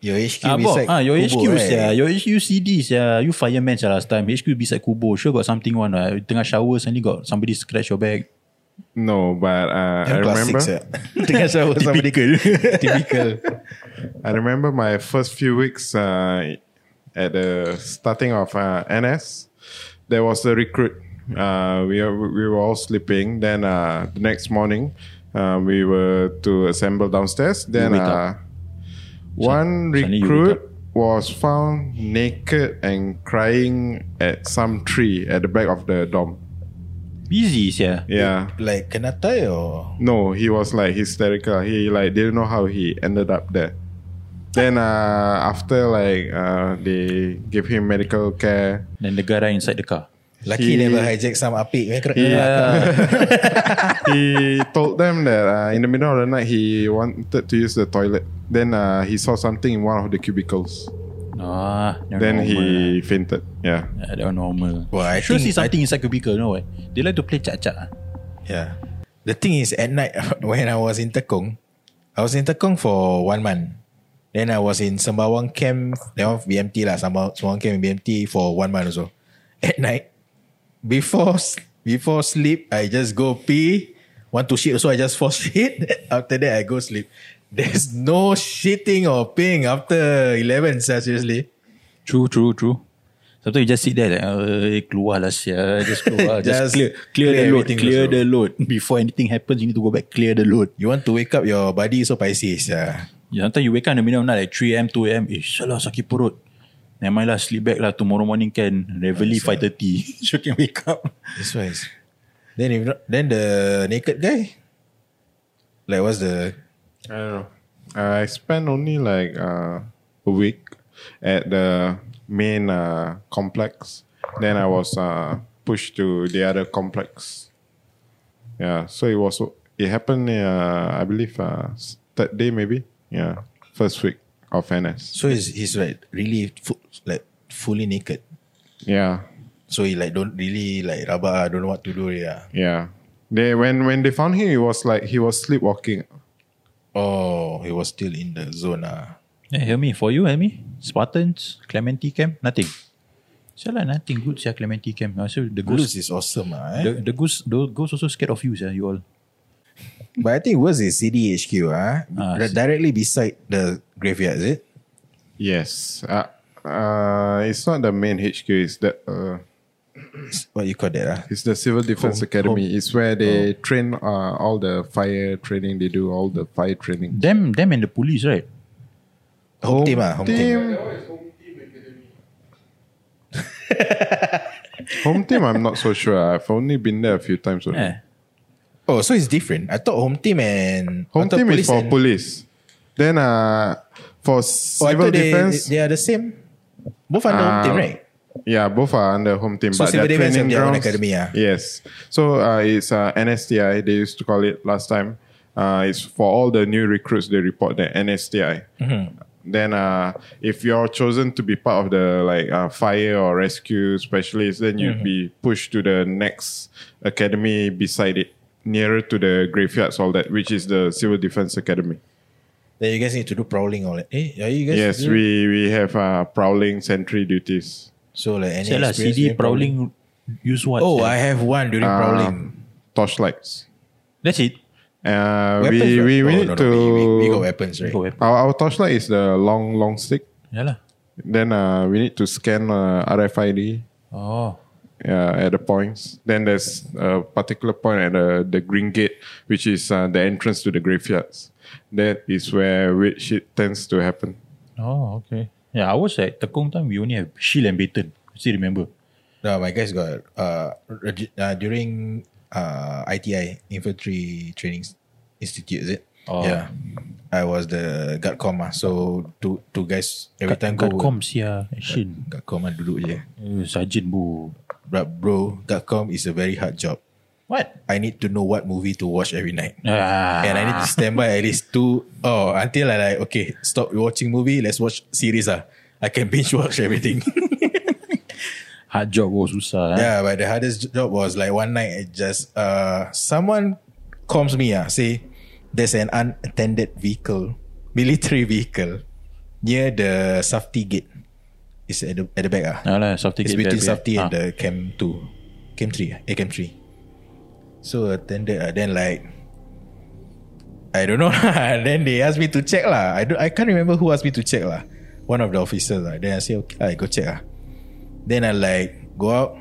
Speaker 4: your HQ
Speaker 3: Ah, Bob,
Speaker 4: beside
Speaker 3: ah, your HQ
Speaker 4: Kubur,
Speaker 3: sia,
Speaker 4: right?
Speaker 3: your HQ CD sia, you lah. fireman sia last time. HQ beside Kubo, sure got something one lah. You Tengah shower, suddenly got somebody scratch your back.
Speaker 5: No, but uh, I
Speaker 4: Class
Speaker 5: remember.
Speaker 4: six, eh? Tengah shower sama dia. Typical.
Speaker 5: I remember my first few weeks uh, at the starting of uh, NS. There was a recruit. Uh, we are, we were all sleeping. Then uh, the next morning, uh, we were to assemble downstairs. Then
Speaker 3: You wake
Speaker 5: uh,
Speaker 3: up.
Speaker 5: one
Speaker 3: suddenly you
Speaker 5: recruit
Speaker 3: wake
Speaker 5: was found naked and crying at some tree at the back of the dorm.
Speaker 3: Busy, yeah.
Speaker 5: Yeah.
Speaker 4: Like kena tie or
Speaker 5: No, he was like hysterical. He like didn't know how he ended up there. Then uh, after like uh, they give him medical care.
Speaker 3: Then the guy right inside the car. Ah,
Speaker 4: Lucky
Speaker 5: He-
Speaker 4: never hijack some apik eh, correct?
Speaker 5: He told them that uh, in the middle of the night he wanted to use the toilet. Then uh, he saw something in one of the cubicles.
Speaker 3: Ah, that
Speaker 5: Then
Speaker 3: normal
Speaker 5: he fainted. Yeah.
Speaker 3: lah. Yeah, that one normal.
Speaker 4: Well, I
Speaker 3: sure
Speaker 4: think-
Speaker 3: see something inside cubicle, you know why? They like to play cak-cak. ah.
Speaker 4: Yeah. The thing is, at night when I was in Tekong, I was in Tekong for one month. Then I was in Sembawang camp, that one BMT lah, Sembawang, Sembawang camp in BMT for one month also. At night, before s- before sleep, I just go pee. Want to shit also, I just fall shit. after that, I go sleep. There's no shitting or peeing after 11, sia, seriously.
Speaker 3: True, true, true. Sometimes you just sit there like, "Eh, keluar lah sia. Just keluar. just,
Speaker 4: Just
Speaker 3: clear, clear,
Speaker 4: clear
Speaker 3: the load.
Speaker 4: everything
Speaker 3: Clear
Speaker 4: also.
Speaker 3: the load. Before anything happens, you need to go back, clear the load.
Speaker 4: You want to wake up your body so Pisces. Yeah.
Speaker 3: Yeah, sometimes you wake up in the middle of the night like 3am, 2am. Eh, salah sakit perut. Never mind lah, sleep back lah. Tomorrow morning can. Reveille 5.30. so can wake up.
Speaker 4: That's why. it's- Then if not, then the naked guy, like what's the
Speaker 5: I don't know. Uh, I spent only like uh, a week at the main uh, complex. Then I was uh, pushed to the other complex. Yeah, so it was it happened. Uh, I believe uh, s- third day maybe. Yeah, first week of NS.
Speaker 4: so he's he's like really fu- like fully naked.
Speaker 5: Yeah,
Speaker 4: So he like don't really like raba don't know what to do ah. yeah.
Speaker 5: yeah. They when when they found him, it was like he was sleepwalking.
Speaker 4: Oh, he was still in the zone ah.
Speaker 3: Hey, help me. For you, help me. Spartans, Clementi Camp, nothing. Salah, lah, nothing good sia Clementi Camp. Ah, So the
Speaker 4: Blues
Speaker 3: ghost,
Speaker 4: is awesome ah. eh?
Speaker 3: the, the ghost, the ghost also scared of you sia, you all.
Speaker 4: But I think worse is CDHQ ah,
Speaker 3: Ah,
Speaker 4: Di-
Speaker 3: C-
Speaker 4: directly beside the graveyard is it?
Speaker 5: Yes. Uh, uh, it's not the main HQ. It's the uh,
Speaker 4: What you call that ah?
Speaker 5: It's the Civil Defense Academy. It's where they
Speaker 4: Oh.
Speaker 5: train uh, all the fire training. They do all the fire training.
Speaker 3: Them, them and the police, right?
Speaker 4: Home, team ah, home team.
Speaker 5: home team, I'm not so sure. I've only been there a few times. Only.
Speaker 3: Yeah.
Speaker 4: Oh, so it's different. I thought home team and I
Speaker 5: Home
Speaker 4: thought
Speaker 5: team is for
Speaker 4: and-
Speaker 5: police. Then uh, for
Speaker 4: Oh, I
Speaker 5: civil
Speaker 4: thought they,
Speaker 5: defense,
Speaker 4: they are the same. Both under home team
Speaker 5: Ah,
Speaker 4: right?
Speaker 5: yeah, both are under home team.
Speaker 4: So
Speaker 5: but
Speaker 4: civil
Speaker 5: their
Speaker 4: defense
Speaker 5: training
Speaker 4: have their own
Speaker 5: grounds-
Speaker 4: academy, ah?
Speaker 5: Yes. So uh, it's uh, NSTI. They used to call it last time. Uh, it's for all the new recruits. They report the NSTI.
Speaker 4: Mm-hmm.
Speaker 5: Then, uh, if you're chosen to be part of the like uh, fire or rescue specialist, then you'd
Speaker 4: Mm-hmm.
Speaker 5: be pushed to the next academy beside it, nearer to the graveyards, all that, which is the Civil Defense Academy.
Speaker 4: Then you guys need to do prowling or like, eh, are you guys?
Speaker 5: Yes,
Speaker 4: do-
Speaker 5: we we have uh, prowling sentry duties.
Speaker 4: So like any
Speaker 3: Salah,
Speaker 4: experience
Speaker 3: CD
Speaker 4: doing prowling?
Speaker 3: lah, prowling, use what?
Speaker 4: Oh,
Speaker 3: sia?
Speaker 4: I have one during
Speaker 5: Ah,
Speaker 4: prowling.
Speaker 5: Torchlights.
Speaker 3: That's it.
Speaker 5: Uh,
Speaker 4: Weapons,
Speaker 5: we
Speaker 4: right?
Speaker 5: we, we
Speaker 4: Oh,
Speaker 5: need
Speaker 4: no,
Speaker 5: to.
Speaker 4: no, we, we, we got weapons, right?
Speaker 3: Go weapon.
Speaker 5: Our, our torchlight is the long long stick.
Speaker 3: Yeah lah.
Speaker 5: Then uh, we need to scan uh, RFID
Speaker 3: Oh.
Speaker 5: uh, at the points. Then there's a particular point at the, the green gate, which is uh, the entrance to the graveyards. That is where weird shit tends to happen.
Speaker 3: Oh, okay. Yeah, I was at Tekong time, we only have shield and baton. Still remember.
Speaker 4: No, my guys got uh, regi- uh during uh ITI Infantry Training Institute, is it?
Speaker 3: Oh.
Speaker 4: Yeah, I was the guard com ah. So two two guys every time
Speaker 3: Kat
Speaker 4: go
Speaker 3: com sia, action.
Speaker 4: guard com ah, duduk je.
Speaker 3: Eh, Sergeant bu.
Speaker 4: But bro, guard com is a very hard job.
Speaker 3: What?
Speaker 4: I need to know what movie to watch every night.
Speaker 3: Ah.
Speaker 4: And I need to stand by at least two oh until I like okay stop watching movie let's watch series ah I can binge watch everything
Speaker 3: Hard job oh, susah. eh.
Speaker 4: yeah but the hardest job was like one night I just uh someone calls me ah say there's an unattended vehicle military vehicle near the safety gate it's at the at the back ah
Speaker 3: Alah, safety
Speaker 4: It's
Speaker 3: gate
Speaker 4: between
Speaker 3: there,
Speaker 4: Safety
Speaker 3: there.
Speaker 4: and the Cam 2. Cam 3, eh? Cam 3. So attended uh, Then like I don't know lah. Then they asked me to check lah I, don't, I can't remember who asked me to check lah One of the officers lah Then I say okay I go check lah Then I like Go out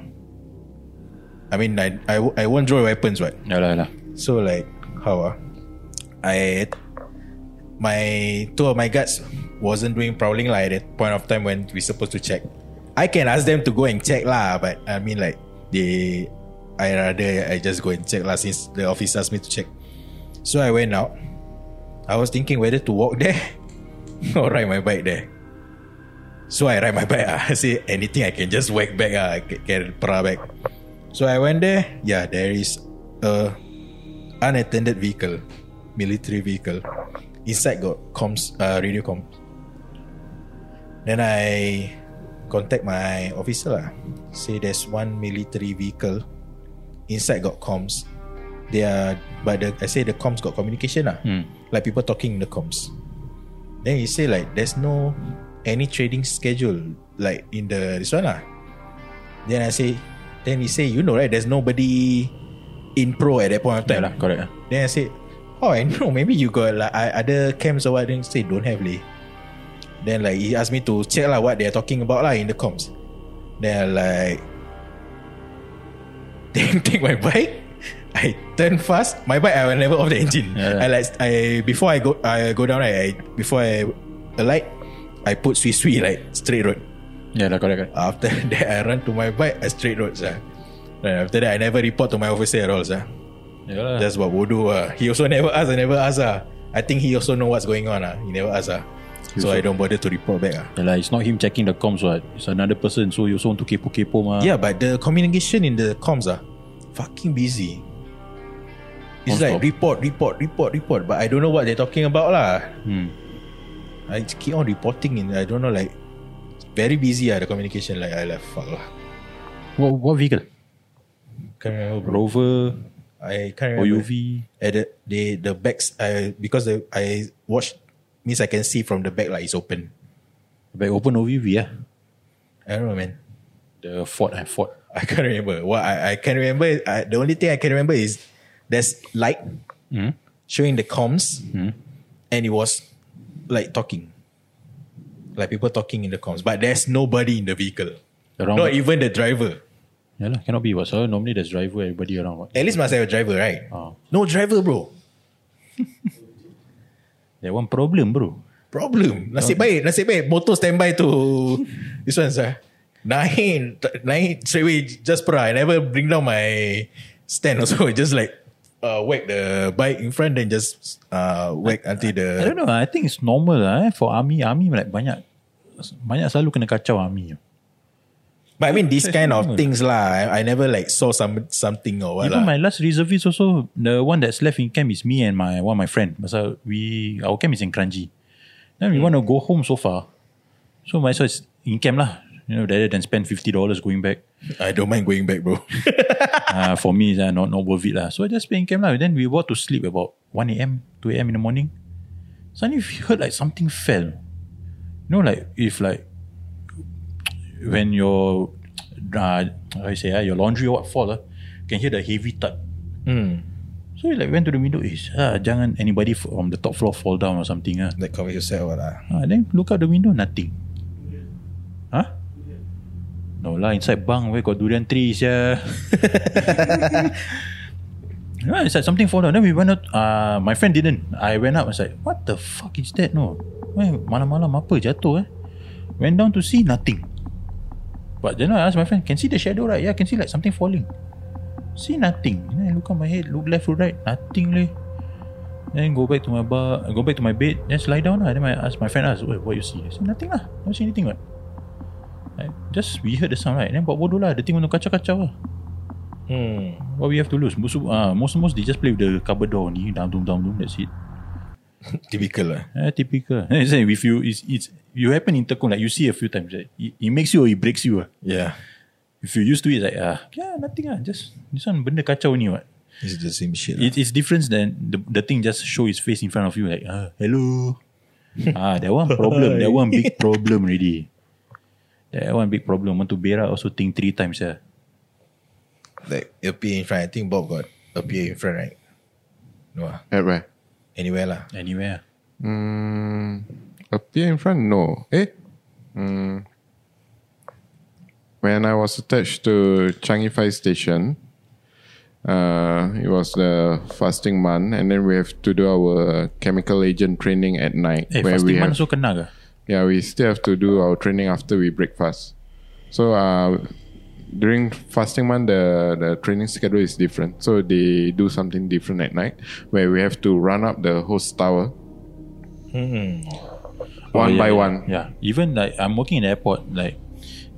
Speaker 4: I mean I, I, wo- I won't draw weapons right
Speaker 3: Ya lah, ya lah.
Speaker 4: So like How ah I My Two of my guards Wasn't doing prowling lah At that point of time When we supposed to check I can ask them to go and check lah But I mean like They I rather I just go and check lah Since the office asked me to check So I went out I was thinking whether to walk there Or ride my bike there So I ride my bike ah. I say anything I can just whack back ah. I can, can pra back So I went there Yeah there is A unattended vehicle, military vehicle. Inside got comms, uh, radio comms. Then I contact my officer lah. Say there's one military vehicle. Inside got comms. They are, but the, I say the comms got communication lah. Like people talking in the comms. Then he say like there's no any trading schedule like in the this one lah. Then I say, then he say you know right there's nobody in pro at that point
Speaker 3: Ya
Speaker 4: of time
Speaker 3: lah, correct lah.
Speaker 4: Then I said, Oh, I know. Maybe you got like I- other camps or what. Then he say don't have leh. Then like he asked me to check lah what they're talking about lah in the comms. Then I like, then take my bike. I turn fast. My bike I will never off the engine.
Speaker 3: Yeah.
Speaker 4: I like I before I go I go down right. I, before I alight, I put sui sui like straight road.
Speaker 3: Ya lah, correct, correct.
Speaker 4: After that, I run to my bike. I straight road sah. Then after that, I never report to my officer at all sah.
Speaker 3: Ya lah.
Speaker 4: That's what bodoh ah. He also never ask. I never ask ah. I think he also know what's going on ah. He never ask ah. So I don't bother to report back ah.
Speaker 3: Ya lah, it's not him checking the comms what. It's another person, so you also want to kepo-kepo mah.
Speaker 4: Yeah, but the communication in the comms ah, fucking busy. It's
Speaker 3: Non-stop.
Speaker 4: like report, report, report, report. But I don't know what they're talking about lah.
Speaker 3: Hmm.
Speaker 4: I keep on reporting in. I don't know like very busy ah the communication. Like I like fuck lah.
Speaker 3: What, what vehicle?
Speaker 4: Can't remember bro.
Speaker 3: Rover,
Speaker 4: I can't
Speaker 3: Kan, Oh,
Speaker 4: remember.
Speaker 3: OUV.
Speaker 4: At the they, the backs I because the, I watched means I can see from the back like it's open.
Speaker 3: Back open OUV lah.
Speaker 4: I don't know man.
Speaker 3: The Ford, eh, Ford.
Speaker 4: I can't remember. What I, I can remember, I, the only thing I can remember is there's light showing the comms, and it was like talking, like people talking in the comms. But there's nobody in the vehicle,
Speaker 3: Around
Speaker 4: not
Speaker 3: what?
Speaker 4: even the driver.
Speaker 3: Ya lah, cannot be what. So normally there's driver, everybody around what.
Speaker 4: At least must have a driver, right?
Speaker 3: Oh.
Speaker 4: No driver, bro.
Speaker 3: That one problem bro.
Speaker 4: Problem. Nasib baik, nasib baik. Motor standby to this one, sir. Naik, naik straight away just pra. I never bring down my stand also. Just like uh, whack the bike in front then just uh, whack until
Speaker 3: I
Speaker 4: the...
Speaker 3: don't know. I think it's normal lah. Eh. For army, army like banyak banyak selalu kena kacau army.
Speaker 4: But I mean these
Speaker 3: That's
Speaker 4: kind of
Speaker 3: normal.
Speaker 4: things lah. I, I never like saw some something or what
Speaker 3: Even
Speaker 4: lah.
Speaker 3: my last reservist also, the one that's left in camp is me and my one of my friend. Pasal we our camp is in Kranji. Then we want to go home so far. So my so it's in camp lah. You know, rather than spend fifty dollars going back.
Speaker 4: I don't mind going back, bro.
Speaker 3: uh, for me, uh, not not worth it lah. So I just spend in camp lah. Then we were to sleep about one a.m. two a.m. in the morning. Suddenly we heard like something fell. You know, like if like when your uh, how you say uh, your laundry or what fall, uh, can hear the heavy thud. So we like went to the window. Is ah, jangan anybody from the top floor fall down or something ah.
Speaker 4: like cover yourself or what lah.
Speaker 3: Ah, then look out the window, nothing. Huh? No lah, inside bunk where got durian trees, ya. yeah. yeah, it's like something fall down. Then we went out. Uh, my friend didn't. I went up. I was like, what the fuck is that? No. Weh, malam-malam apa jatuh eh? Went down to see nothing. But then I asked my friend, can see the shadow right? Yeah, can see like something falling. See nothing. Then I look on my head, look left, look right, nothing leh. Then go back to my bar, go back to my bed. Just lie down lah. Then my ask my friend ask, "What, what you see?" I say nothing lah. Don't see anything what. Like, just we heard the sound right. Then buat bodoh lah. The thing untuk kacau-kacau lah.
Speaker 4: Hmm.
Speaker 3: What we have to lose? Most uh, most most they just play with the cupboard door ni. Down down down down. That's it.
Speaker 4: Typical lah.
Speaker 3: Eh, typical. Eh, say if you it's, it's you happen in Tekong like you see a few times. Right? It, it makes you or it breaks you. Ah.
Speaker 4: Yeah.
Speaker 3: If you used to it, it's like ah, yeah, nothing ah. Just this one benda kacau ni what.
Speaker 4: It's the same shit. lah.
Speaker 3: It, it's different than the, the thing just show his face in front of you like ah, hello. ah, that one problem. That one big problem already. That one big problem. Want to berak also think three times yeah.
Speaker 4: like appear in front. I think Bob got appear in front, right? No, ah.
Speaker 5: At where?
Speaker 4: anywhere lah.
Speaker 3: Anywhere.
Speaker 5: Mm, appear in front? No. Eh? Mm. When I was attached to Changi Fire Station, uh, it was the fasting month, and then we have to do our chemical agent training at night.
Speaker 3: Eh,
Speaker 5: where
Speaker 3: fasting
Speaker 5: we have,
Speaker 3: month also kena ke?
Speaker 5: yeah, we still have to do our training after we break fast. So uh, during fasting month, the, the training schedule is different. So they do something different at night where we have to run up the host tower one
Speaker 3: Hmm. Oh, yeah,
Speaker 5: by
Speaker 3: yeah,
Speaker 5: one.
Speaker 3: Yeah. Even like I'm working in the airport, like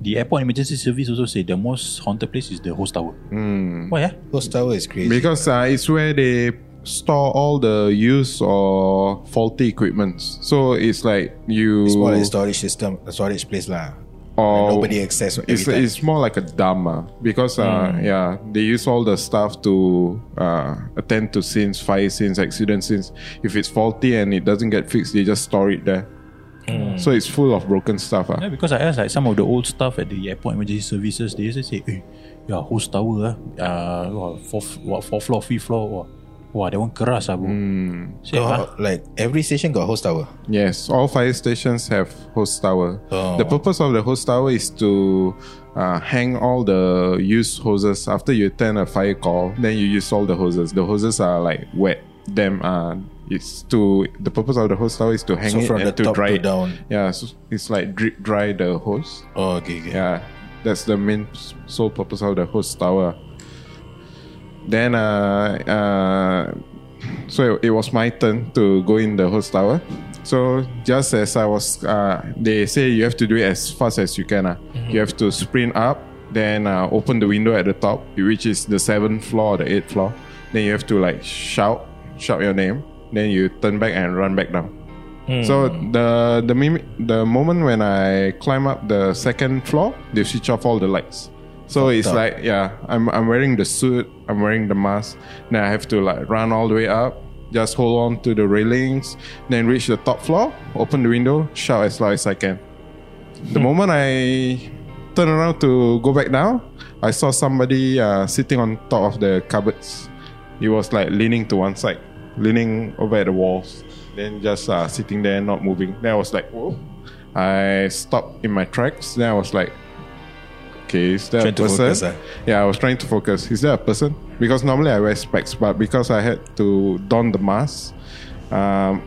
Speaker 3: the airport emergency service also say the most haunted place is the host tower.
Speaker 5: Hmm.
Speaker 3: Why? Yeah?
Speaker 4: Post tower is crazy.
Speaker 5: Because uh, it's where they store all the used or faulty equipments. So it's like you
Speaker 4: it's more like storage system, a storage place lah.
Speaker 5: or
Speaker 4: Nobody access every
Speaker 5: Oh. it's,
Speaker 4: time.
Speaker 5: it's more like a dump ah, because uh, yeah they use all the stuff to uh, attend to scenes, fire scenes, accident scenes. If it's faulty and it doesn't get fixed, they just store it there. So it's full of broken stuff. ah.
Speaker 3: Yeah, because I asked like some of the old staff at the airport emergency services, they just say, hey, yeah, host tower ah, uh, wah, fourth, what, fourth floor, fifth floor, wah, wah that one keras ah bro. Say,
Speaker 4: Got-
Speaker 3: "Huh?
Speaker 4: like every station got host tower.
Speaker 5: Yes, all fire stations have host tower.
Speaker 4: Oh.
Speaker 5: The purpose of the host tower is to uh, hang all the used hoses. After you attend a fire call, then you use all the hoses. The hoses are like wet. Them uh, it's to the purpose of the host tower is to hang
Speaker 4: So
Speaker 5: it
Speaker 4: from the
Speaker 5: and
Speaker 4: top
Speaker 5: dry
Speaker 4: to
Speaker 5: it.
Speaker 4: down.
Speaker 5: Yeah, so it's like drip dry the hose.
Speaker 4: Oh, okay, okay.
Speaker 5: Yeah, that's the main s- sole purpose of the host tower. Then, uh, uh, so it was my turn to go in the host tower. So just as I was, uh, they say you have to do it as fast as you can. Uh. You have to sprint up, then uh, open the window at the top, which is the seventh floor, or the eighth floor. Then you have to like shout, shout your name. Then you turn back and run back down. So the the mim- the moment when I climb up the second floor, they switch off all the lights. So it's
Speaker 4: up.
Speaker 5: like yeah, I'm I'm wearing the suit, I'm wearing the mask. Then I have to like run all the way up, just hold on to the railings, then reach the top floor, open the window, shout as loud as I can. The moment I turn around to go back down, I saw somebody uh, sitting on top of the cupboards. He was like leaning to one side, leaning over at the walls, then just uh, sitting there, not moving. Then I was like, whoa. I stopped in my tracks. Then I was like, okay, is there
Speaker 4: Trying
Speaker 5: a
Speaker 4: to
Speaker 5: person?
Speaker 4: focus, ah.
Speaker 5: Yeah, I was trying to focus. Is there a person? Because normally I wear specs, but because I had to don the mask, um,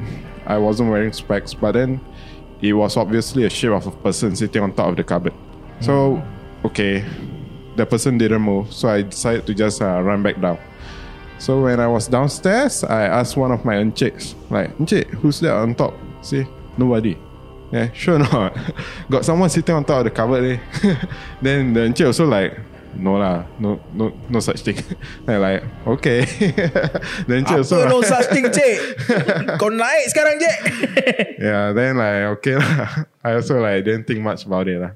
Speaker 5: I wasn't wearing specs. But then it was obviously a shape of a person sitting on top of the cupboard. So, okay, the person didn't move. So I decided to just uh, run back down. So when I was downstairs, I asked one of my encik's, like, Encik, who's there on top? See, nobody. Yeah, sure not. Got someone sitting on top of the cupboard eh? Then the encik also like, no lah, no, no, no such thing. Then I like, okay. the encik also
Speaker 4: Apa no
Speaker 5: like-
Speaker 4: such thing, cik? Kau naik sekarang, cik?
Speaker 5: yeah, then like, okay lah. I also like didn't think much about it lah.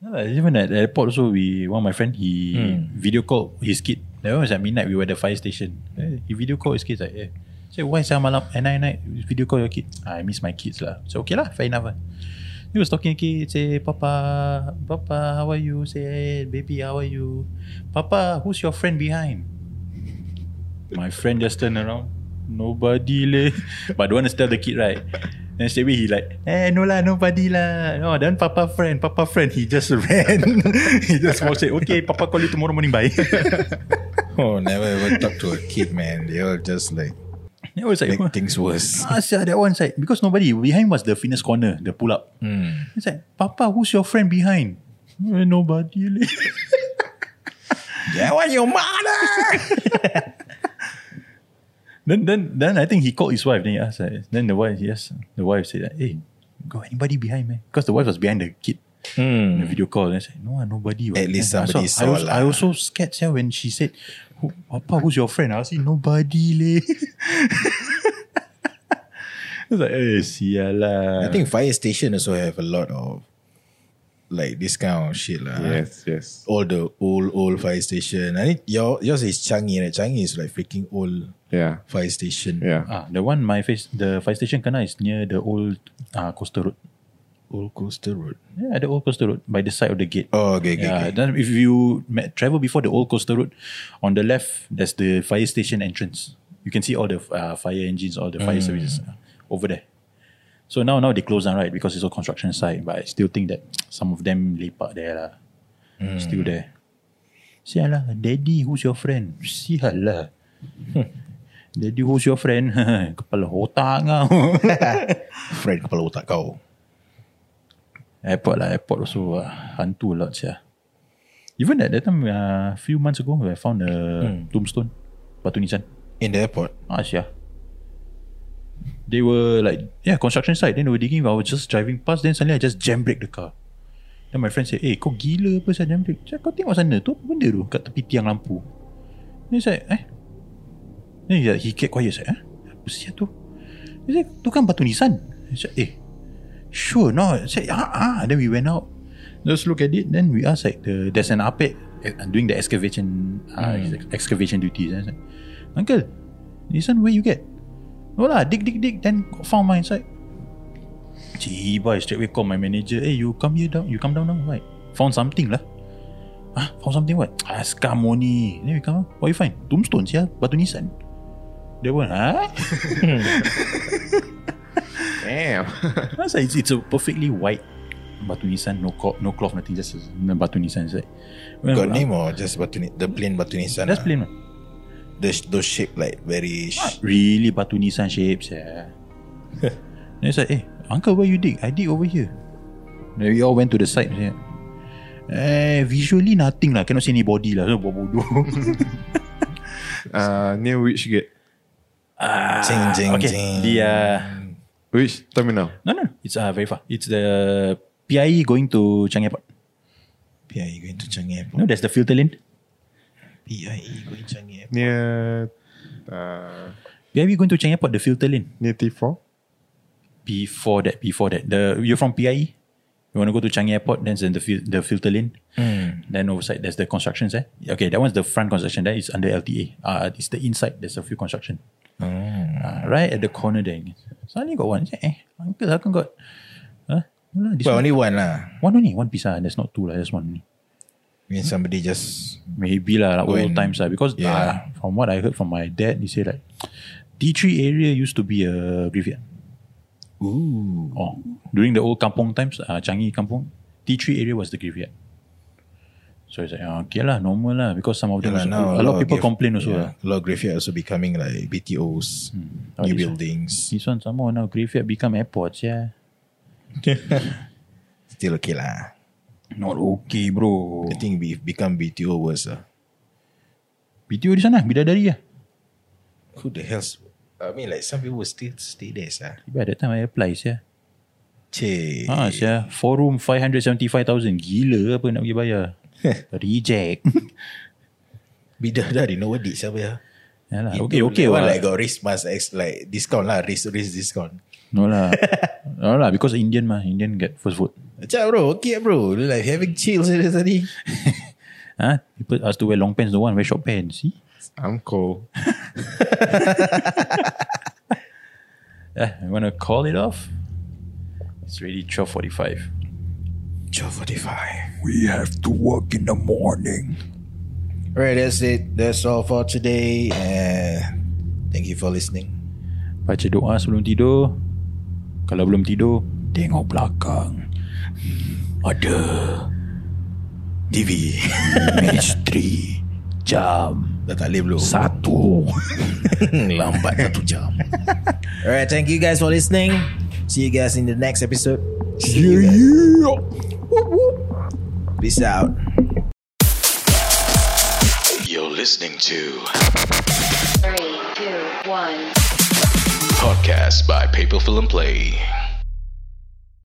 Speaker 3: No, like, even at the airport also, we one of my friend he video called his kid. That one was at midnight. We were at the fire station. Eh, he video called his kids like, eh, say why saya malam at night night you video call your kid? "Ah, I miss my kids lah. So okay lah, fair enough lah. He was talking kid say Papa, Papa, how are you? Say baby, how are you? Papa, who's your friend behind? My friend just turned around. Nobody leh. But don't want to tell the kid right. Then Sebi he like, eh no lah, nobody lah. No, then Papa friend, Papa friend. He just ran. he just walked say, okay, Papa call you tomorrow morning, bye.
Speaker 4: Oh, never ever talk to a kid, man. They all just like
Speaker 3: Then I was like,
Speaker 4: make
Speaker 3: "Wah."
Speaker 4: things worse.
Speaker 3: ah, sia, that one side because nobody behind was the fitness corner, the pull up. It's like, Papa, who's your friend behind? "Eh, nobody leh.
Speaker 4: Yeah, what your mother?
Speaker 3: Then then then I think he called his wife. Then he asked. Like, then the wife he asked the wife said, like, "Hey, got anybody behind me?" Because the wife was behind the kid. In the video call. And I said, "No, ah, nobody."
Speaker 4: At least
Speaker 3: And I
Speaker 4: somebody
Speaker 3: I
Speaker 4: saw
Speaker 3: was,
Speaker 4: lah.
Speaker 3: I was so scared yeah, when she said, "Who- "Papa, who's your friend?" I was like, "Nobody leh." I was like, "Eh, sialah."
Speaker 4: I think fire station also have a lot of like this kind of shit, lah.
Speaker 5: Yes, yes.
Speaker 4: All the old old fire station. I think your yours is Changi, right? Changi is like freaking old
Speaker 5: Yeah,
Speaker 4: fire station.
Speaker 5: yeah.
Speaker 3: ah, the one my face the fire station kena is near the old ah coastal road.
Speaker 4: Old Coastal Road.
Speaker 3: Yeah, at the old coastal road by the side of the gate.
Speaker 4: Oh, okay, okay,
Speaker 3: yeah,
Speaker 4: okay.
Speaker 3: then if you ma- travel before the old coastal road, on the left there's the fire station entrance. You can see all the uh, fire engines, all the fire
Speaker 4: Mm.
Speaker 3: services uh, over there. So now, now they close down right because it's a construction site. But I still think that some of them lepak there lah,
Speaker 4: Mm.
Speaker 3: still there. Sial lah, Daddy, who's your friend? Sial lah. Daddy, who's your friend? Kepala otak kau.
Speaker 4: Friend kepala otak kau.
Speaker 3: Airport lah, airport also uh, hantu a lot yeah. Even at that time, uh, few months ago, I found a tombstone, batu nisan.
Speaker 4: In the airport.
Speaker 3: Ah, yeah. They were like, yeah, construction site. Then they were digging. I was just driving past. Then suddenly I just jam brake the car. Then my friend said, eh, kau gila apa saya jam brake? Cakap, kau tengok sana tu apa benda tu kat tepi tiang lampu. Then he's like, eh? Then he, he kept quiet. He's like, eh? Apa siap tu? He said, tu kan batu nisan. He said, eh, sure no. I said, ah, ah. Then we went out. Just look at it. Then we asked like, the, there's an apek eh, doing the excavation, uh, excavation duties. And I was like, uncle, Nissan where you get? No lah, dig, dig, dig. Then got found my inside. Gee, boy, straight away call my manager. Hey, you come here down. You come down now. Right? Found something lah. Ah, found something what? Ah, scam only. Then we come out. What you find? Tombstone sia, batu Nissan. Dia pun, ah?
Speaker 5: Damn.
Speaker 3: I was like, it's, it's a perfectly white batu Nissan, no, co- no cloth, nothing, just a batu Nissan. It's like, when
Speaker 4: Got
Speaker 3: I'm-
Speaker 4: name or just batu ni- the plain batu nisan?
Speaker 3: That's
Speaker 4: ah?
Speaker 3: lah. plain lah. man.
Speaker 4: The, those shape like very... Sh-
Speaker 3: Really batu nisan shapes yeah. Then it's like Eh uncle where you dig I dig over here Then we all went to the site yeah. Eh visually nothing lah Cannot see any body lah So buat bodoh
Speaker 5: Uh, near which gate?
Speaker 4: jing, jing,
Speaker 3: Ah, Okay
Speaker 4: jing.
Speaker 3: The uh,
Speaker 5: Which terminal?
Speaker 3: No no It's uh, very far It's the PIE going to Changi Airport
Speaker 4: PIE E going to Changi
Speaker 3: No
Speaker 4: Airport.
Speaker 3: there's the filter lane
Speaker 4: PIE going to Changi Airport.
Speaker 5: Near uh,
Speaker 3: PIE E going to Changi Airport The filter lane
Speaker 5: near T4?
Speaker 3: Before that Before that the You're from PIE You want to go to Changi Airport Then there's the, fil- the filter lane Then oversight, there's the constructions there. Okay, that one's the front construction. That is under LTA. Uh, it's the inside. There's a few construction. Uh, right at the corner there. Suddenly got one. Eh, uncle, how come got? Huh? No, this
Speaker 4: But
Speaker 3: one,
Speaker 4: only one lah.
Speaker 3: one only. One piece. Uh, there's not two. lah. there's one only.
Speaker 4: When somebody just...
Speaker 3: Maybe lah, like old
Speaker 4: and-
Speaker 3: times lah. Because
Speaker 4: Yeah.
Speaker 3: uh, from what I heard from my dad, he said like, D3 area used to be a graveyard.
Speaker 4: Ooh.
Speaker 3: Oh, during the old kampong times, uh, Changi kampong, T3 area was the graveyard. So it's like, ah, okay lah, normal lah. Because some of them,
Speaker 4: Yeah,
Speaker 3: also,
Speaker 4: now
Speaker 3: a lot of people
Speaker 4: grave-
Speaker 3: complain also lah.
Speaker 4: yeah, A lot of graveyard also becoming like BTOs,
Speaker 3: Oh, this one.
Speaker 4: new buildings.
Speaker 3: This one some more now graveyard become airports, yeah.
Speaker 4: Still okay lah.
Speaker 3: Not okay, bro.
Speaker 4: I think we become BTO worse lah.
Speaker 3: BTO di sana, bidadari lah.
Speaker 4: Who the hell's... I mean like some people still stay there sah.
Speaker 3: Tiba that time I apply, yeah.
Speaker 4: Cik.
Speaker 3: Ha, yeah. Four room 575,000. Gila apa nak pergi bayar. Reject.
Speaker 4: Bidadari no worth it siapa ya.
Speaker 3: Yalah,
Speaker 4: Itu
Speaker 3: okay, okay.
Speaker 4: that one
Speaker 3: Well,
Speaker 4: like got risk mask ex, like discount lah, risk risk discount.
Speaker 3: no lah. no lah, because Indian mah. Indian get first vote.
Speaker 4: Macam bro, okay bro. Look like having chills dari tadi.
Speaker 3: Ah, People ask to wear long pants, no one wear short pants. See?
Speaker 5: I'm cold.
Speaker 3: Eh, I want to call it off. It's really 12.45.
Speaker 4: 12.45.
Speaker 3: We have to work in the morning.
Speaker 4: Alright, that's it. That's all for today. And thank you for listening.
Speaker 3: Baca doa sebelum tidur Kalau belum tidur Tengok belakang Ada TV Misteri Jam
Speaker 4: Dah tak boleh belum.
Speaker 3: Satu
Speaker 4: Lambat satu jam. Alright, thank you guys for listening. See you guys in the next episode. See you guys. Peace out.
Speaker 1: You're listening to
Speaker 2: Three, two, one.
Speaker 1: podcast by Paper Film Play.